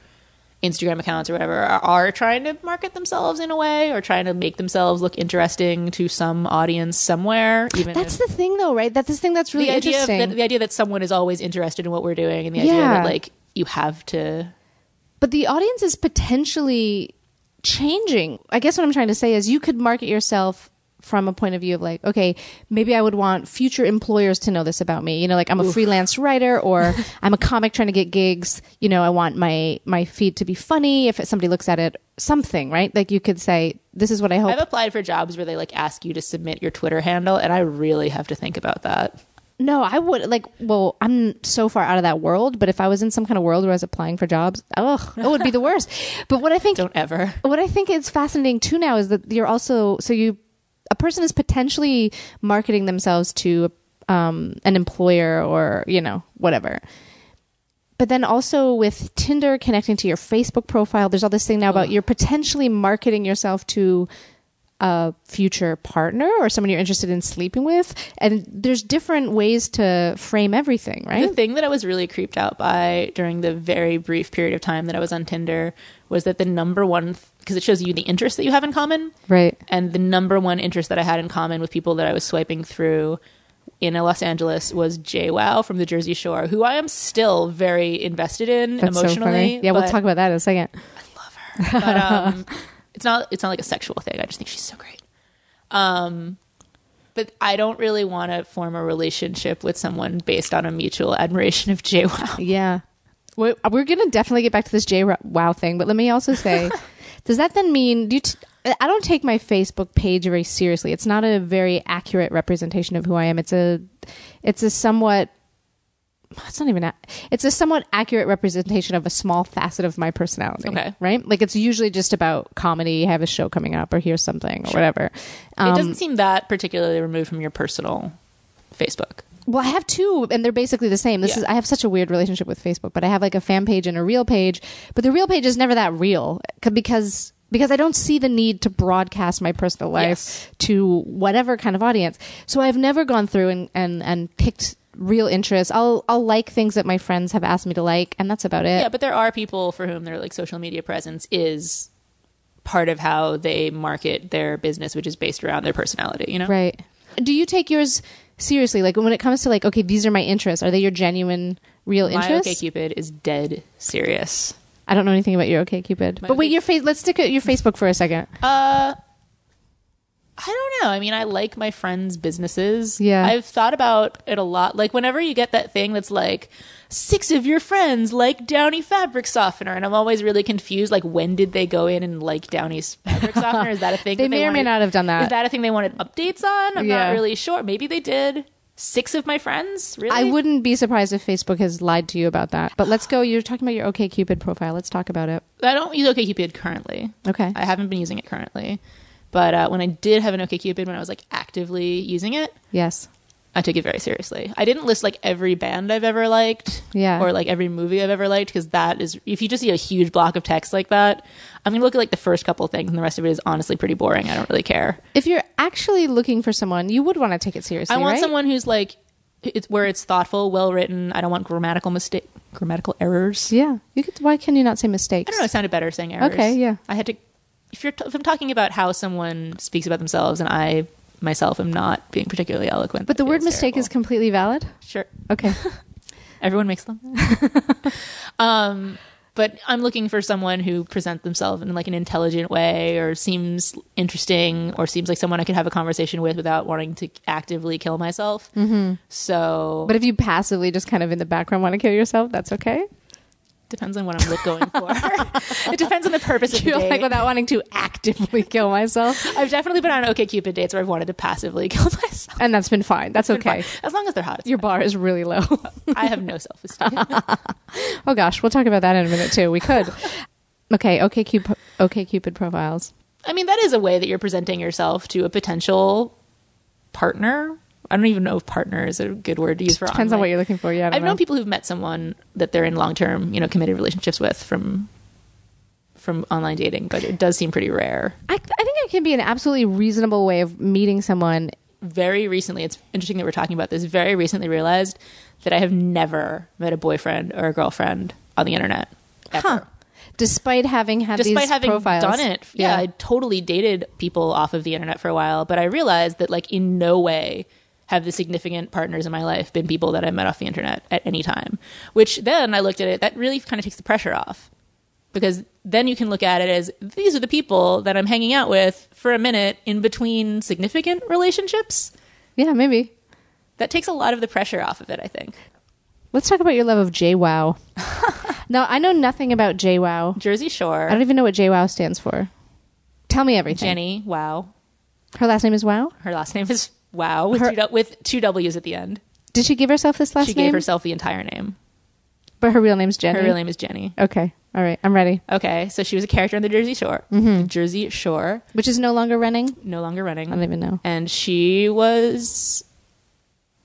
[SPEAKER 3] Instagram accounts or whatever are, are trying to market themselves in a way or trying to make themselves look interesting to some audience somewhere. Even
[SPEAKER 2] That's
[SPEAKER 3] if-
[SPEAKER 2] the thing though, right? That's this thing that's really
[SPEAKER 3] the idea of-
[SPEAKER 2] interesting.
[SPEAKER 3] that, the idea that someone is always interested in what we're doing and the idea
[SPEAKER 2] Yeah.
[SPEAKER 3] that like you have to
[SPEAKER 2] but the audience is potentially changing. I guess what I'm trying to say is you could market yourself from a point of view of like, okay, maybe I would want future employers to know this about me. You know, like I'm a freelance writer or I'm a comic trying to get gigs. You know, I want my my feed to be funny if somebody looks at it something, right? Like you could say this is what I hope.
[SPEAKER 3] I've applied for jobs where they like ask you to submit your Twitter handle and I really have to think about that.
[SPEAKER 2] no, I would like well, I'm so far out of that world, but if I was in some kind of world where I was applying for jobs, oh, it would be the worst. But what I think
[SPEAKER 3] Don't ever.
[SPEAKER 2] what I think is fascinating too now is that you're also so you a person is potentially marketing themselves to um, an employer or you know whatever. But then also with Tinder connecting to your Facebook profile, there's all this thing now about you're potentially marketing yourself to a future partner or someone you're interested in sleeping with, and there's different ways to frame everything, right?
[SPEAKER 3] The thing that I was really creeped out by during the very brief period of time that I was on Tinder was that the number one, because it shows you the interests that you have in common.
[SPEAKER 2] Right.
[SPEAKER 3] And the number one interest that I had in common with people that I was swiping through in Los Angeles was JWoww from the Jersey Shore, who I am still very invested in
[SPEAKER 2] That's so
[SPEAKER 3] emotionally.
[SPEAKER 2] funny. Yeah, we'll
[SPEAKER 3] but-
[SPEAKER 2] talk about that in a second.
[SPEAKER 3] love her. But um, it's not it's not like a sexual thing. I just think she's so great. Um, But I don't really want to form a relationship with someone based on a mutual admiration of JWoww.
[SPEAKER 2] Yeah. We're, we're going to definitely get back to this J Wow thing, but let me also
[SPEAKER 3] *laughs*
[SPEAKER 2] say does that then mean do you t- I don't take my Facebook page very seriously. It's not a very accurate representation of who I am. It's a it's a somewhat it's not even a, it's a somewhat accurate representation of a small facet of my personality.
[SPEAKER 3] Okay.
[SPEAKER 2] Right? Like it's usually just about comedy, have a show coming up or here's something or whatever. Um,
[SPEAKER 3] it doesn't seem that particularly removed from your personal Facebook.
[SPEAKER 2] Well, I have two, and they're basically the same. This
[SPEAKER 3] Yeah.
[SPEAKER 2] is I have such a weird relationship with Facebook, but I have like a fan page and a real page, but the real page is never that real c- because because I don't see the need to broadcast my personal life
[SPEAKER 3] Yes.
[SPEAKER 2] to whatever kind of audience. So I've never gone through and and and picked real interests. I'll I'll like things that my friends have asked me to like, and that's about it.
[SPEAKER 3] Yeah, but there are people for whom their like social media presence is part of how they market their business, which is based around their personality. You know,
[SPEAKER 2] Right. Do you take yours seriously? Like when it comes to like, okay, these are my interests. Are they your genuine real
[SPEAKER 3] My
[SPEAKER 2] interests?
[SPEAKER 3] OkCupid is dead serious.
[SPEAKER 2] I don't know anything about your okay Cupid. But wait,
[SPEAKER 3] okay-
[SPEAKER 2] your face let's stick at your Facebook for a second.
[SPEAKER 3] I don't know. I mean, I like my friends' businesses.
[SPEAKER 2] Yeah.
[SPEAKER 3] I've thought about it a lot. Like, whenever you get that thing that's like, six of your friends like Downy fabric softener, and I'm always really confused. Like, when did they go in and like
[SPEAKER 2] *laughs*
[SPEAKER 3] Downy's fabric softener? Is that a thing?
[SPEAKER 2] They
[SPEAKER 3] that
[SPEAKER 2] may or may
[SPEAKER 3] wanted-
[SPEAKER 2] not have done that.
[SPEAKER 3] Is that a thing they wanted updates on? I'm
[SPEAKER 2] Yeah.
[SPEAKER 3] not really sure. Maybe they did. Six of my friends, really?
[SPEAKER 2] I wouldn't be surprised if Facebook has lied to you about that. But let's go. You're talking about your OK Cupid profile. Let's talk about it.
[SPEAKER 3] I don't use OkCupid currently.
[SPEAKER 2] Okay.
[SPEAKER 3] I haven't been using it currently, but uh, when I did have an OkCupid, when I was like actively using it,
[SPEAKER 2] Yes.
[SPEAKER 3] I took it very seriously. I didn't list like every band I've ever liked,
[SPEAKER 2] Yeah.
[SPEAKER 3] or like every movie I've ever liked, because that is if you just see a huge block of text like that, I'm gonna look at like the first couple things, and the rest of it is honestly pretty boring. I don't really care.
[SPEAKER 2] If you're actually looking for someone, you would want to take it seriously.
[SPEAKER 3] I want
[SPEAKER 2] right?
[SPEAKER 3] someone who's like, it's where it's thoughtful, well written. I don't want grammatical mistake, grammatical errors.
[SPEAKER 2] Yeah. You could. Why can you not say
[SPEAKER 3] I
[SPEAKER 2] mistakes?
[SPEAKER 3] don't know. It sounded better saying errors.
[SPEAKER 2] Okay, yeah.
[SPEAKER 3] I had to. If you're t- if I'm talking about how someone speaks about themselves, and I myself am not being particularly eloquent,
[SPEAKER 2] But the
[SPEAKER 3] that
[SPEAKER 2] word
[SPEAKER 3] feels
[SPEAKER 2] mistake is
[SPEAKER 3] terrible.
[SPEAKER 2] completely valid.
[SPEAKER 3] sure. *laughs*
[SPEAKER 2] Okay.
[SPEAKER 3] Everyone makes them. *laughs* um, but I'm looking for someone who presents themselves in like an intelligent way, or seems interesting, or seems like someone I could have a conversation with without wanting to actively kill myself. Mm-hmm. So
[SPEAKER 2] but if you passively just kind of in the background want to kill yourself, that's okay.
[SPEAKER 3] depends on what I'm like, going
[SPEAKER 2] *laughs*
[SPEAKER 3] for. *laughs* it depends on the purpose of the
[SPEAKER 2] You're
[SPEAKER 3] date.
[SPEAKER 2] like without wanting to actively kill myself,
[SPEAKER 3] I've definitely been on OkCupid dates where I've wanted to passively *laughs* kill myself.
[SPEAKER 2] and that's been fine. That's okay.
[SPEAKER 3] Fine. As long as they're hot. it's
[SPEAKER 2] Your bar is really low. *laughs*
[SPEAKER 3] fine. I have no self esteem.
[SPEAKER 2] oh gosh, we'll talk about that in a minute too. We
[SPEAKER 3] *laughs*
[SPEAKER 2] could. Okay. Okay. Cupid. Okay. Cupid profiles.
[SPEAKER 3] I mean, that is a way that you're presenting yourself to a potential partner. I don't even know if partner is a good word to use for
[SPEAKER 2] Depends on
[SPEAKER 3] online.
[SPEAKER 2] what you're looking for. Yeah. I don't
[SPEAKER 3] I've
[SPEAKER 2] know.
[SPEAKER 3] known people who've met someone that they're in long term, you know, committed relationships with from from online dating, but it does seem pretty rare.
[SPEAKER 2] I, I think it can be an absolutely reasonable way of meeting someone.
[SPEAKER 3] Very recently, it's interesting that we're talking about this. Very recently realized that I have never met a boyfriend or a girlfriend on the internet. Ever.
[SPEAKER 2] Despite having had
[SPEAKER 3] despite
[SPEAKER 2] these
[SPEAKER 3] having
[SPEAKER 2] profiles.
[SPEAKER 3] done it yeah, i
[SPEAKER 2] yeah.
[SPEAKER 3] totally dated people off of the internet for a while but i realized that like in no way have the significant partners in my life been people that i met off the internet at any time which then i looked at it that really kind of takes the pressure off because then you can look at it as these are the people that i'm hanging out with for a minute in between significant relationships
[SPEAKER 2] Yeah, maybe.
[SPEAKER 3] that takes a lot of the pressure off of it i think
[SPEAKER 2] Let's talk about your love of
[SPEAKER 3] *laughs*
[SPEAKER 2] JWoww. now, I know nothing about JWoww.
[SPEAKER 3] jersey
[SPEAKER 2] I don't
[SPEAKER 3] shore
[SPEAKER 2] even know what JWoww stands for. Tell me everything.
[SPEAKER 3] jenny wow
[SPEAKER 2] Her last name is Wow.
[SPEAKER 3] her last name is wow with,
[SPEAKER 2] Her-
[SPEAKER 3] two, dou- with two w's at the end
[SPEAKER 2] Did she give herself this last
[SPEAKER 3] she
[SPEAKER 2] name?
[SPEAKER 3] gave herself the entire name
[SPEAKER 2] but her real name's Jenny.
[SPEAKER 3] Her real name is Jenny.
[SPEAKER 2] Okay. All right. I'm ready.
[SPEAKER 3] Okay, so she was a character on the Jersey Shore.
[SPEAKER 2] Mm-hmm.
[SPEAKER 3] The Jersey Shore,
[SPEAKER 2] Which is no longer running.
[SPEAKER 3] no longer running.
[SPEAKER 2] I don't even know.
[SPEAKER 3] And she was.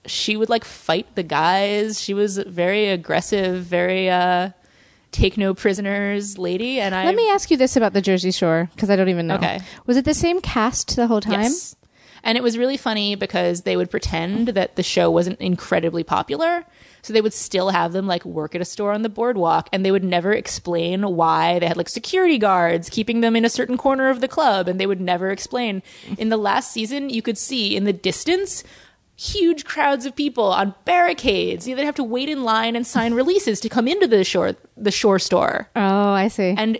[SPEAKER 3] She would like fight the guys. She was very aggressive, very uh take no prisoners lady. And I
[SPEAKER 2] Let me ask you this about the Jersey Shore because I don't even know.
[SPEAKER 3] Okay.
[SPEAKER 2] Was it the same cast the whole time?
[SPEAKER 3] Yes. And it was really funny because they would pretend that the show wasn't incredibly popular. So they would still have them like work at a store on the boardwalk and they would never explain why they had like security guards keeping them in a certain corner of the club and they would never explain. In the last season, you could see in the distance huge crowds of people on barricades. You know, they'd have to wait in line and sign releases to come into the shore the shore store
[SPEAKER 2] Oh, I see.
[SPEAKER 3] and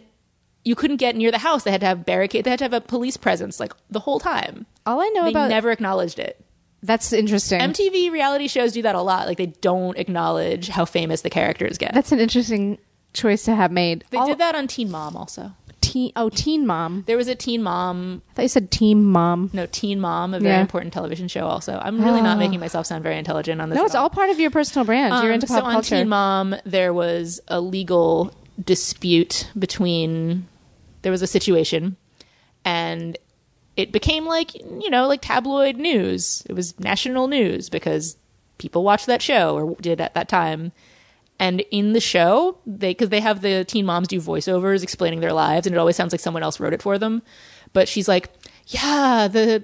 [SPEAKER 3] you couldn't get near the house. They had to have barricade. They had to have a police presence like the whole time.
[SPEAKER 2] All I know
[SPEAKER 3] They
[SPEAKER 2] about Mm.
[SPEAKER 3] never acknowledged it.
[SPEAKER 2] That's interesting.
[SPEAKER 3] MTV reality shows do that a lot. Like they don't acknowledge how famous the characters get.
[SPEAKER 2] That's an interesting choice to have made.
[SPEAKER 3] they
[SPEAKER 2] All-
[SPEAKER 3] did that on Teen Mom also.
[SPEAKER 2] Teen, oh, Teen Mom.
[SPEAKER 3] There was a Teen Mom,
[SPEAKER 2] I thought you said Team Mom.
[SPEAKER 3] no Teen Mom, a very
[SPEAKER 2] Yeah.
[SPEAKER 3] important television show. Also, I'm
[SPEAKER 2] *gasps*
[SPEAKER 3] really not making myself sound very intelligent on this.
[SPEAKER 2] No,
[SPEAKER 3] at
[SPEAKER 2] it's all part of your personal brand. You're
[SPEAKER 3] Um,
[SPEAKER 2] into pop
[SPEAKER 3] so
[SPEAKER 2] culture.
[SPEAKER 3] on Teen Mom, there was a legal dispute between. There was a situation, and it became like you know, like tabloid news. It was national news because people watched that show or did at that time. And in the show, they because they have the teen moms do voiceovers explaining their lives, and it always sounds like someone else wrote it for them. But she's like, "Yeah, the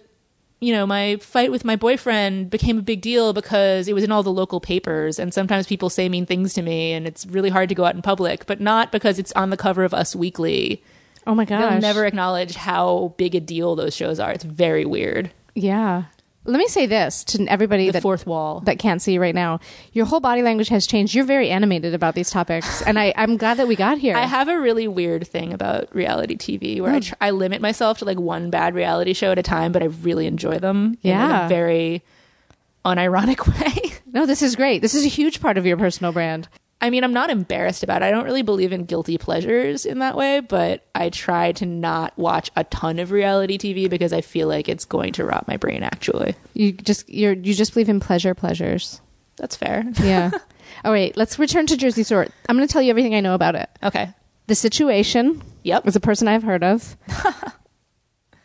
[SPEAKER 3] you know, my fight with my boyfriend became a big deal because it was in all the local papers. And sometimes people say mean things to me, and it's really hard to go out in public, but not because it's on the cover of Us Weekly.
[SPEAKER 2] oh my gosh.
[SPEAKER 3] They'll never acknowledge how big a deal those shows are. It's very weird.
[SPEAKER 2] Yeah. Let me say this to everybody
[SPEAKER 3] The
[SPEAKER 2] that
[SPEAKER 3] fourth wall.
[SPEAKER 2] that can't see right now. Your whole body language has changed. You're very animated about these topics, and I, I'm glad that we got here.
[SPEAKER 3] *laughs* I have a really weird thing about reality TV
[SPEAKER 2] Oh.
[SPEAKER 3] where I, tr- I limit myself to like one bad reality show at a time, but I really enjoy them. in, like,
[SPEAKER 2] Yeah.
[SPEAKER 3] a very unironic *laughs* way.
[SPEAKER 2] no, this is great. This is a huge part of your personal brand.
[SPEAKER 3] I mean, I'm not embarrassed about it. I don't really believe in guilty pleasures in that way, but I try to not watch a ton of reality TV because I feel like it's going to rot my brain, actually.
[SPEAKER 2] You just you're you just believe in pleasure pleasures.
[SPEAKER 3] That's fair. *laughs*
[SPEAKER 2] Yeah. All right, let's return to Jersey Shore. I'm going to tell you everything I know about it.
[SPEAKER 3] Okay.
[SPEAKER 2] The situation
[SPEAKER 3] Yep.
[SPEAKER 2] is a person I've heard
[SPEAKER 3] *laughs*
[SPEAKER 2] of,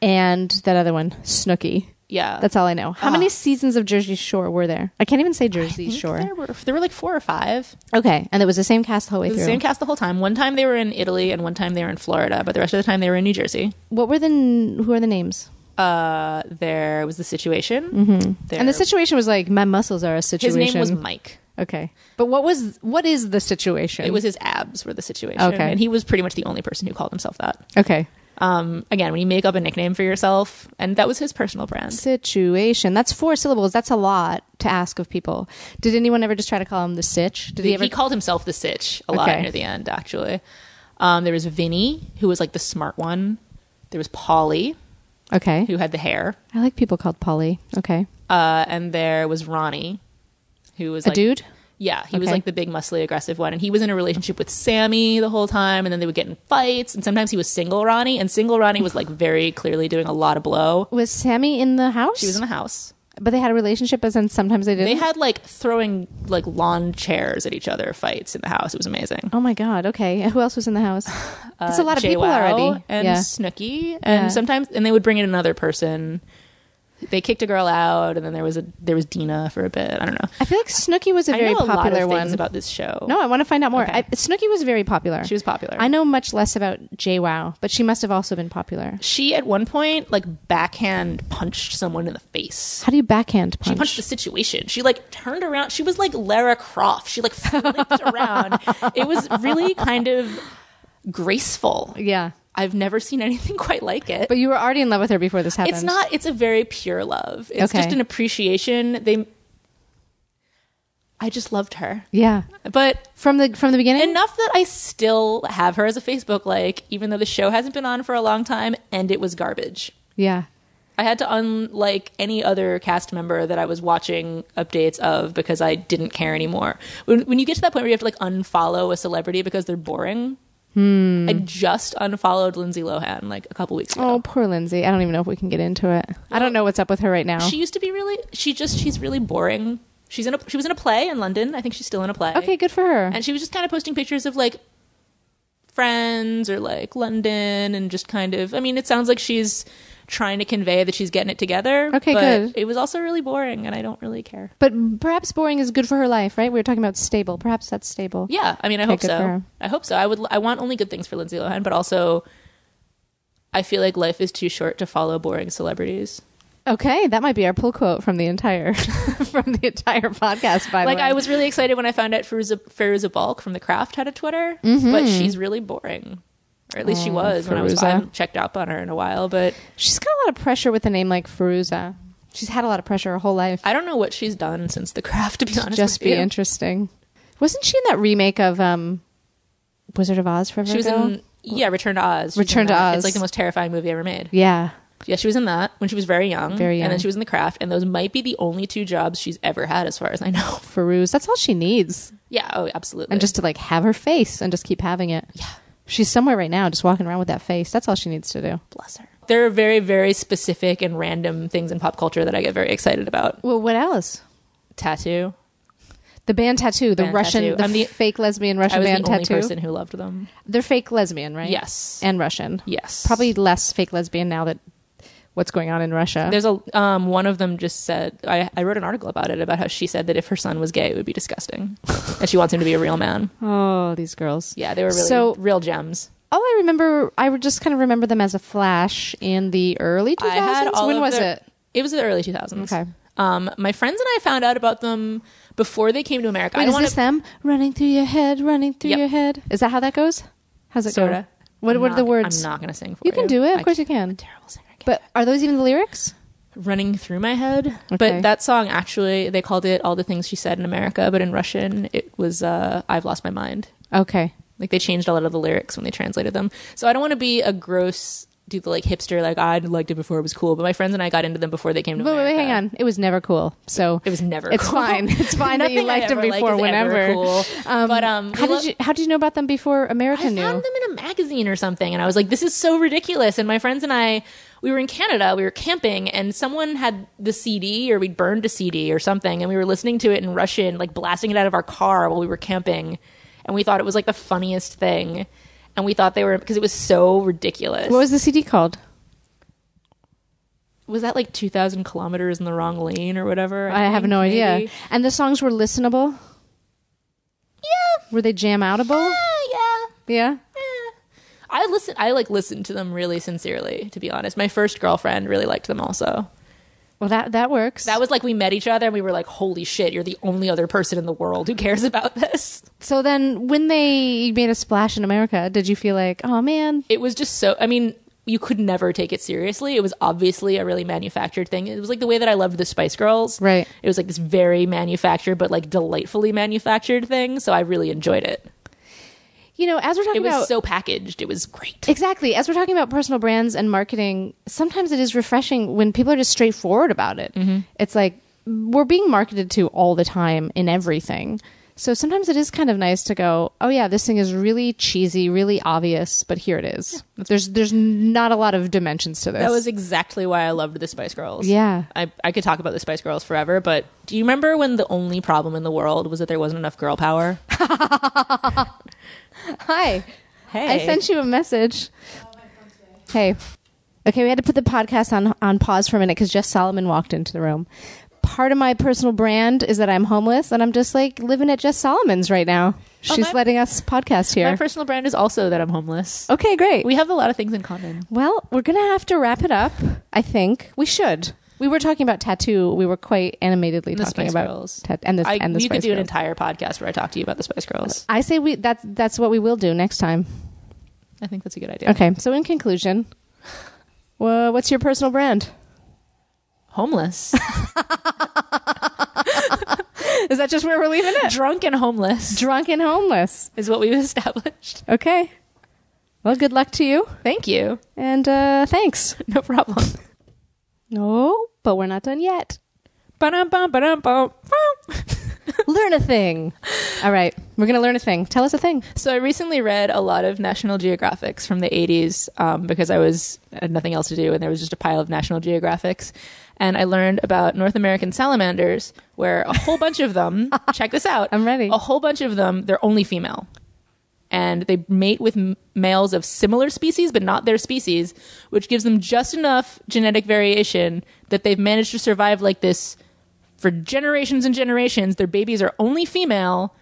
[SPEAKER 2] and that other one, Snooki.
[SPEAKER 3] Yeah.
[SPEAKER 2] That's all I know.
[SPEAKER 3] Ah.
[SPEAKER 2] How many seasons of Jersey Shore were there? I can't even say Jersey Shore.
[SPEAKER 3] There were, there were like four or five.
[SPEAKER 2] Okay, and it was the same cast the whole way
[SPEAKER 3] It was
[SPEAKER 2] through.
[SPEAKER 3] the same cast the whole time. One time they were in Italy and one time they were in Florida, but the rest of the time they were in New Jersey.
[SPEAKER 2] what were the n- who are the names?
[SPEAKER 3] Uh, there was the situation. Mm-hmm.
[SPEAKER 2] And the situation was like my muscles are a
[SPEAKER 3] His
[SPEAKER 2] situation.
[SPEAKER 3] name was Mike.
[SPEAKER 2] okay, but what was what is the situation?
[SPEAKER 3] It was his abs were the situation.
[SPEAKER 2] Okay.
[SPEAKER 3] And he was pretty much the only person who called himself that.
[SPEAKER 2] okay
[SPEAKER 3] um, again, when you make up a nickname for yourself, and that was his personal brand.
[SPEAKER 2] situation. That's four syllables. That's a lot to ask of people. Did anyone ever just try to call him the sitch? Did
[SPEAKER 3] He,
[SPEAKER 2] he ever?
[SPEAKER 3] called himself the Sitch a lot
[SPEAKER 2] Okay.
[SPEAKER 3] near the end, actually. Um, there was Vinny, who was like the smart one. There was Polly,
[SPEAKER 2] okay,
[SPEAKER 3] who had the hair,
[SPEAKER 2] I like people called Polly. Okay,
[SPEAKER 3] uh, and there was Ronnie, who was
[SPEAKER 2] a
[SPEAKER 3] like,
[SPEAKER 2] dude.
[SPEAKER 3] Yeah, he was
[SPEAKER 2] Okay.
[SPEAKER 3] like the big, muscly, aggressive one, and he was in a relationship with Sammy the whole time. And then they would get in fights, and sometimes he was single Ronnie, and single Ronnie was like very clearly doing a lot of blow.
[SPEAKER 2] Was Sammy in the house?
[SPEAKER 3] She was in the house.
[SPEAKER 2] but they had a relationship, as in sometimes they didn't.
[SPEAKER 3] They had like throwing like lawn chairs at each other fights in the house. It was amazing.
[SPEAKER 2] oh my god. Okay, *laughs* who else was in the
[SPEAKER 3] *sighs*
[SPEAKER 2] house? That's a lot
[SPEAKER 3] Uh,
[SPEAKER 2] of people
[SPEAKER 3] JWoww
[SPEAKER 2] already.
[SPEAKER 3] And
[SPEAKER 2] yeah.
[SPEAKER 3] Snooki. And
[SPEAKER 2] Yeah.
[SPEAKER 3] sometimes and they would bring in another person. They kicked a girl out and then there was a there was Dina for a bit. I don't know.
[SPEAKER 2] I feel like Snooki was a
[SPEAKER 3] I
[SPEAKER 2] very
[SPEAKER 3] know a lot of
[SPEAKER 2] popular
[SPEAKER 3] things
[SPEAKER 2] one.
[SPEAKER 3] about this show.
[SPEAKER 2] no, I want to find out more.
[SPEAKER 3] Okay.
[SPEAKER 2] I, Snooki was very popular.
[SPEAKER 3] She was popular.
[SPEAKER 2] I know much less about JWoww, but she must have also been popular.
[SPEAKER 3] she at one point like backhand punched someone in the face.
[SPEAKER 2] How do you backhand punch?
[SPEAKER 3] She punched the situation. She like turned around. She was like Lara Croft. She
[SPEAKER 2] *laughs*
[SPEAKER 3] like flipped around. It was really kind of graceful.
[SPEAKER 2] *laughs* yeah,
[SPEAKER 3] I've never seen anything *laughs* quite like it.
[SPEAKER 2] but you were already in love with her before this happened.
[SPEAKER 3] It's not. It's a very pure love. It's
[SPEAKER 2] Okay.
[SPEAKER 3] just an appreciation. They. I just loved her,
[SPEAKER 2] Yeah,
[SPEAKER 3] but
[SPEAKER 2] from the from the beginning.
[SPEAKER 3] enough that I still have her as a Facebook like, even though the show hasn't been on for a long time and it was garbage.
[SPEAKER 2] yeah,
[SPEAKER 3] I had to unlike any other cast member that I was watching updates of because I didn't care anymore. When, when you get to that point where you have to like unfollow a celebrity because they're boring. I just unfollowed Lindsay Lohan like a couple weeks ago.
[SPEAKER 2] Hmm. Oh, poor Lindsay. I don't even know if we can get into it. I don't know what's up with her right now.
[SPEAKER 3] She used to be really. She just. She's really boring. She's in a. She was in a play in London. I think she's still in a play.
[SPEAKER 2] okay, good for her.
[SPEAKER 3] And she was just kind of posting pictures of like friends or like London and just kind of. I mean, it sounds like she's trying to convey that she's getting it together.
[SPEAKER 2] Okay,
[SPEAKER 3] but
[SPEAKER 2] good.
[SPEAKER 3] It was also really boring, and I don't really care.
[SPEAKER 2] but perhaps boring is good for her life, right? We were talking about stable. Perhaps that's stable.
[SPEAKER 3] Yeah, I mean, I hope
[SPEAKER 2] good for her.
[SPEAKER 3] so. I hope so. I would. I want only good things for Lindsay Lohan, but also. I feel like life is too short to follow boring celebrities.
[SPEAKER 2] Okay, that might be our pull quote from the entire *laughs* from the entire podcast. By
[SPEAKER 3] like
[SPEAKER 2] the way,
[SPEAKER 3] I was really excited when I found out Feruza, Feruza Balk from The Craft had a Twitter,
[SPEAKER 2] Mm-hmm.
[SPEAKER 3] but she's really boring. Or at least
[SPEAKER 2] Oh,
[SPEAKER 3] she was when I was
[SPEAKER 2] Feruza.
[SPEAKER 3] I haven't checked up on her in a while, but
[SPEAKER 2] She's got a lot of pressure with a name like Feruza. She's had a lot of pressure her whole life.
[SPEAKER 3] I don't know what she's done since The Craft to be honest.
[SPEAKER 2] Just
[SPEAKER 3] with
[SPEAKER 2] be
[SPEAKER 3] you.
[SPEAKER 2] interesting. Wasn't she in that remake of um, Wizard of Oz forever
[SPEAKER 3] She was
[SPEAKER 2] ago?
[SPEAKER 3] in yeah, Return to Oz. She's
[SPEAKER 2] Return
[SPEAKER 3] in
[SPEAKER 2] to
[SPEAKER 3] that.
[SPEAKER 2] Oz.
[SPEAKER 3] It's like the most terrifying movie ever made.
[SPEAKER 2] yeah.
[SPEAKER 3] Yeah, she was in that when she was very young.
[SPEAKER 2] Very
[SPEAKER 3] And then
[SPEAKER 2] young.
[SPEAKER 3] she was in the craft, and those might be the only two jobs she's ever had, as far as I know. *laughs*
[SPEAKER 2] Farouz. That's all she needs.
[SPEAKER 3] yeah, oh, absolutely.
[SPEAKER 2] And just to like have her face and just keep having it. Yeah. She's somewhere right now just walking around with that face. That's all she needs to do.
[SPEAKER 3] bless her. There are very, very specific and random things in pop culture that I get very excited about.
[SPEAKER 2] Well, what else?
[SPEAKER 3] Tattoo.
[SPEAKER 2] The band Tattoo, the
[SPEAKER 3] Band
[SPEAKER 2] Russian,
[SPEAKER 3] Tattoo.
[SPEAKER 2] the,
[SPEAKER 3] I'm the-
[SPEAKER 2] fake lesbian Russian
[SPEAKER 3] I was
[SPEAKER 2] band
[SPEAKER 3] the only
[SPEAKER 2] Tattoo.
[SPEAKER 3] person who loved them.
[SPEAKER 2] They're fake lesbian, right?
[SPEAKER 3] Yes.
[SPEAKER 2] And Russian.
[SPEAKER 3] Yes.
[SPEAKER 2] Probably less fake lesbian now that what's going on in Russia.
[SPEAKER 3] There's a um, one of them just said I, I wrote an article about it about how she said that if her son was gay it would be disgusting and she wants him to be a real man.
[SPEAKER 2] oh, these girls.
[SPEAKER 3] Yeah, they were really
[SPEAKER 2] So-
[SPEAKER 3] real gems.
[SPEAKER 2] All I remember, I would just kind of remember them as a flash in the early 2000s.
[SPEAKER 3] I had all
[SPEAKER 2] when
[SPEAKER 3] of
[SPEAKER 2] was
[SPEAKER 3] their-
[SPEAKER 2] it?
[SPEAKER 3] It was the early 2000s.
[SPEAKER 2] Okay.
[SPEAKER 3] Um, my friends and I found out about them before they came to America. I
[SPEAKER 2] Wait,
[SPEAKER 3] don't
[SPEAKER 2] is
[SPEAKER 3] wanna-
[SPEAKER 2] this them running through your head, running through
[SPEAKER 3] Yep.
[SPEAKER 2] your head? Is that how that goes? How's it
[SPEAKER 3] Sorta.
[SPEAKER 2] go? What
[SPEAKER 3] I'm
[SPEAKER 2] what are the
[SPEAKER 3] not-
[SPEAKER 2] words?
[SPEAKER 3] I'm not going to sing for you.
[SPEAKER 2] you can do it. Of
[SPEAKER 3] I
[SPEAKER 2] course
[SPEAKER 3] can't-
[SPEAKER 2] you can.
[SPEAKER 3] Terrible singer. I can't.
[SPEAKER 2] But are those even the lyrics?
[SPEAKER 3] running through my head.
[SPEAKER 2] Okay.
[SPEAKER 3] But that song actually, they called it All the Things She Said in America, but in Russian, it was uh, I've Lost My Mind.
[SPEAKER 2] Okay.
[SPEAKER 3] Like they changed a lot of the lyrics when they translated them. So I don't want to be a gross, do the like hipster, like I liked it before it was cool, but my friends and I got into them before they came to
[SPEAKER 2] But wait,
[SPEAKER 3] America.
[SPEAKER 2] wait, hang on. It was never cool. So
[SPEAKER 3] It was never
[SPEAKER 2] It's
[SPEAKER 3] cool.
[SPEAKER 2] fine.
[SPEAKER 3] *laughs*
[SPEAKER 2] It's fine that you
[SPEAKER 3] Nothing I
[SPEAKER 2] liked them
[SPEAKER 3] ever like
[SPEAKER 2] before.
[SPEAKER 3] is ever
[SPEAKER 2] whenever.
[SPEAKER 3] cool. But, um,
[SPEAKER 2] how
[SPEAKER 3] we
[SPEAKER 2] did
[SPEAKER 3] lo-
[SPEAKER 2] you how did you know about them before America
[SPEAKER 3] I
[SPEAKER 2] knew?
[SPEAKER 3] found them in a magazine or something, and I was like, "This is so ridiculous." And my friends and I, we were in Canada, we were camping, and someone had the CD, or we'd burned a CD or something, and we were listening to it in Russian, like blasting it out of our car while we were camping, and we thought it was like the funniest thing, and we thought they were because it was so ridiculous.
[SPEAKER 2] What was the CD called?
[SPEAKER 3] Was that like two thousand kilometers in the wrong lane or whatever?
[SPEAKER 2] I have
[SPEAKER 3] think,
[SPEAKER 2] no idea.
[SPEAKER 3] maybe?
[SPEAKER 2] And the songs were listenable. Yeah. Were they jam outable?
[SPEAKER 3] Yeah, Oh, yeah.
[SPEAKER 2] Yeah.
[SPEAKER 3] I listen. I like listened to them really sincerely, to be honest. My first girlfriend really liked them also.
[SPEAKER 2] Well, that that works.
[SPEAKER 3] That was like we met each other and we were like, holy shit, you're the only other person in the world who cares about this.
[SPEAKER 2] so then, when they made a splash in America, did you feel like, oh man,
[SPEAKER 3] It was just so, I mean, you could never take it seriously. It was obviously a really manufactured thing. It was like the way that I loved the Spice Girls.
[SPEAKER 2] Right.
[SPEAKER 3] It was like this very manufactured, but like delightfully manufactured thing. So I really enjoyed it.
[SPEAKER 2] you know, as we're talking
[SPEAKER 3] It was
[SPEAKER 2] about
[SPEAKER 3] so packaged. It was great.
[SPEAKER 2] Exactly. As we're talking about personal brands and marketing, sometimes it is refreshing when people are just straightforward about it.
[SPEAKER 3] Mm-hmm.
[SPEAKER 2] It's like we're being marketed to all the time in everything. So sometimes it is kind of nice to go, oh yeah, this thing is really cheesy, really obvious, but here it is. there's there's not a lot of dimensions to this.
[SPEAKER 3] That was exactly why I loved the Spice Girls.
[SPEAKER 2] Yeah.
[SPEAKER 3] I, I could talk about the Spice Girls forever, but do you remember when the only problem in the world was that there wasn't enough girl *laughs* power?
[SPEAKER 2] Hi.
[SPEAKER 3] Hey.
[SPEAKER 2] I sent you a message. Hey. Okay, we had to put the podcast on on pause for a minute because Jess Solomon walked into the room. Part of my personal brand is that I'm homeless and I'm just like living at Jess Solomon's right now. She's
[SPEAKER 3] Oh, my-
[SPEAKER 2] letting us podcast
[SPEAKER 3] My
[SPEAKER 2] here.
[SPEAKER 3] personal brand is also that I'm homeless.
[SPEAKER 2] okay, great.
[SPEAKER 3] We have a lot of things in common.
[SPEAKER 2] well, we're gonna have to wrap it up. I think we should. We were talking about tattoo. We were quite animatedly
[SPEAKER 3] the
[SPEAKER 2] talking
[SPEAKER 3] Spice
[SPEAKER 2] about
[SPEAKER 3] Girls.
[SPEAKER 2] tat- and the
[SPEAKER 3] I,
[SPEAKER 2] and the
[SPEAKER 3] you
[SPEAKER 2] Spice
[SPEAKER 3] could do an
[SPEAKER 2] Girls.
[SPEAKER 3] entire podcast where I talk to you about the Spice Girls.
[SPEAKER 2] I say we that that's what we will do next time.
[SPEAKER 3] I think that's a good idea.
[SPEAKER 2] Okay. So in conclusion, wha- what's your personal brand? *laughs*
[SPEAKER 3] Homeless,
[SPEAKER 2] Is that just where we're leaving it?
[SPEAKER 3] drunk, and homeless
[SPEAKER 2] Drunk and homeless.
[SPEAKER 3] is what we've established.
[SPEAKER 2] Okay. Well, good luck to you.
[SPEAKER 3] Thank you.
[SPEAKER 2] And uh, thanks.
[SPEAKER 3] No problem.
[SPEAKER 2] No, but we're not done yet.
[SPEAKER 3] Ba-dum, bum, ba-dum, bum, bum. *laughs*
[SPEAKER 2] learn a thing. All right. We're going to learn a thing. Tell us a thing.
[SPEAKER 3] So I recently read a lot of National Geographics from the 80s um, because I was had nothing else to do and there was just a pile of National Geographics. And I learned about North American salamanders, where a whole bunch of
[SPEAKER 2] *laughs*
[SPEAKER 3] them, check this out.
[SPEAKER 2] I'm ready.
[SPEAKER 3] A whole bunch of them, they're only female. And they mate with m- males of similar species, but not their species, which gives them just enough genetic variation that they've managed to survive like this for generations and generations. Their babies are only female,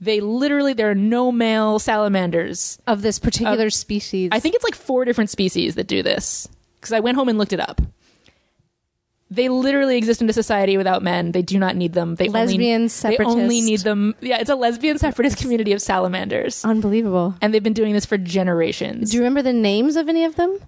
[SPEAKER 3] they literally there are no male salamanders.
[SPEAKER 2] Of this particular species.
[SPEAKER 3] I think it's like four different species that do this because I went home and looked it up. They literally exist in a society without men. They do not need them. They
[SPEAKER 2] Lesbian
[SPEAKER 3] only, They only
[SPEAKER 2] separatist.
[SPEAKER 3] need them. Yeah, it's a lesbian separatist community of salamanders,
[SPEAKER 2] Unbelievable.
[SPEAKER 3] and they've been doing this for generations.
[SPEAKER 2] Oh. Do you remember the names of any of them?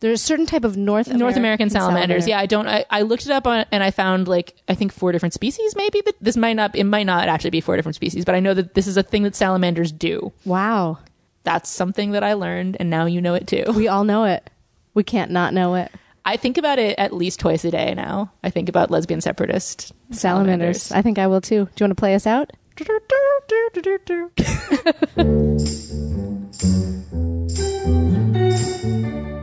[SPEAKER 2] There's a certain type of North
[SPEAKER 3] North American salamanders.
[SPEAKER 2] salamander.
[SPEAKER 3] Yeah, I don't. I, I looked it up on, and I found like I think four different species. Maybe that this might not. It might not actually be four different species, but I know that this is a thing that salamanders do.
[SPEAKER 2] Wow.
[SPEAKER 3] That's something that I learned, and now you know it too.
[SPEAKER 2] We all know it. We can't not know it.
[SPEAKER 3] I think about it at least twice a day now. I think about lesbian separatist
[SPEAKER 2] Salamanders. I think I will too. Do you want to play us out?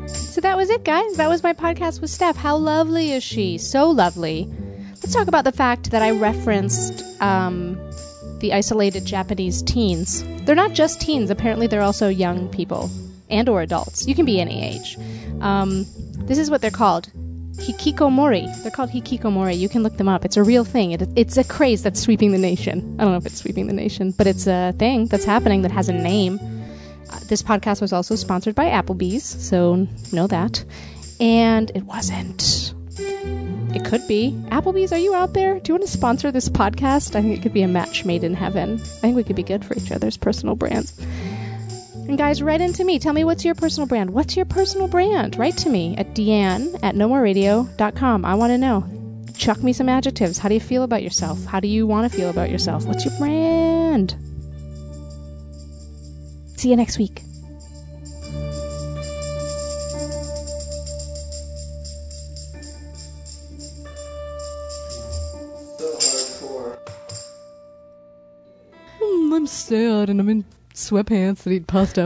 [SPEAKER 2] so that was it, guys. That was my podcast with Steph. How lovely is she? So lovely. Let's talk about the fact that I referenced um, the isolated Japanese teens. They're not just teens. Apparently, they're also young people and or adults. You can be any age. Um, this is what they're called. Hikikomori. They're called hikikomori. You can look them up. It's a real thing. It, it's a craze that's sweeping the nation. I don't know if it's sweeping the nation, but it's a thing that's happening that has a name. Uh, this podcast was also sponsored by Applebee's, so know that. And it wasn't. It could be. Applebee's, are you out there? Do you want to sponsor this podcast? I think it could be a match made in heaven. I think we could be good for each other's personal brands. And guys, write into me. Tell me what's your personal brand. What's your personal brand? Write to me at deanne at nomoreradio.com. I want to know. Chuck me some adjectives. How do you feel about yourself? How do you want to feel about yourself? What's your brand? See you next week.
[SPEAKER 1] So hardcore.
[SPEAKER 2] Mm, I'm sad and I'm in sweatpants and eat pasta.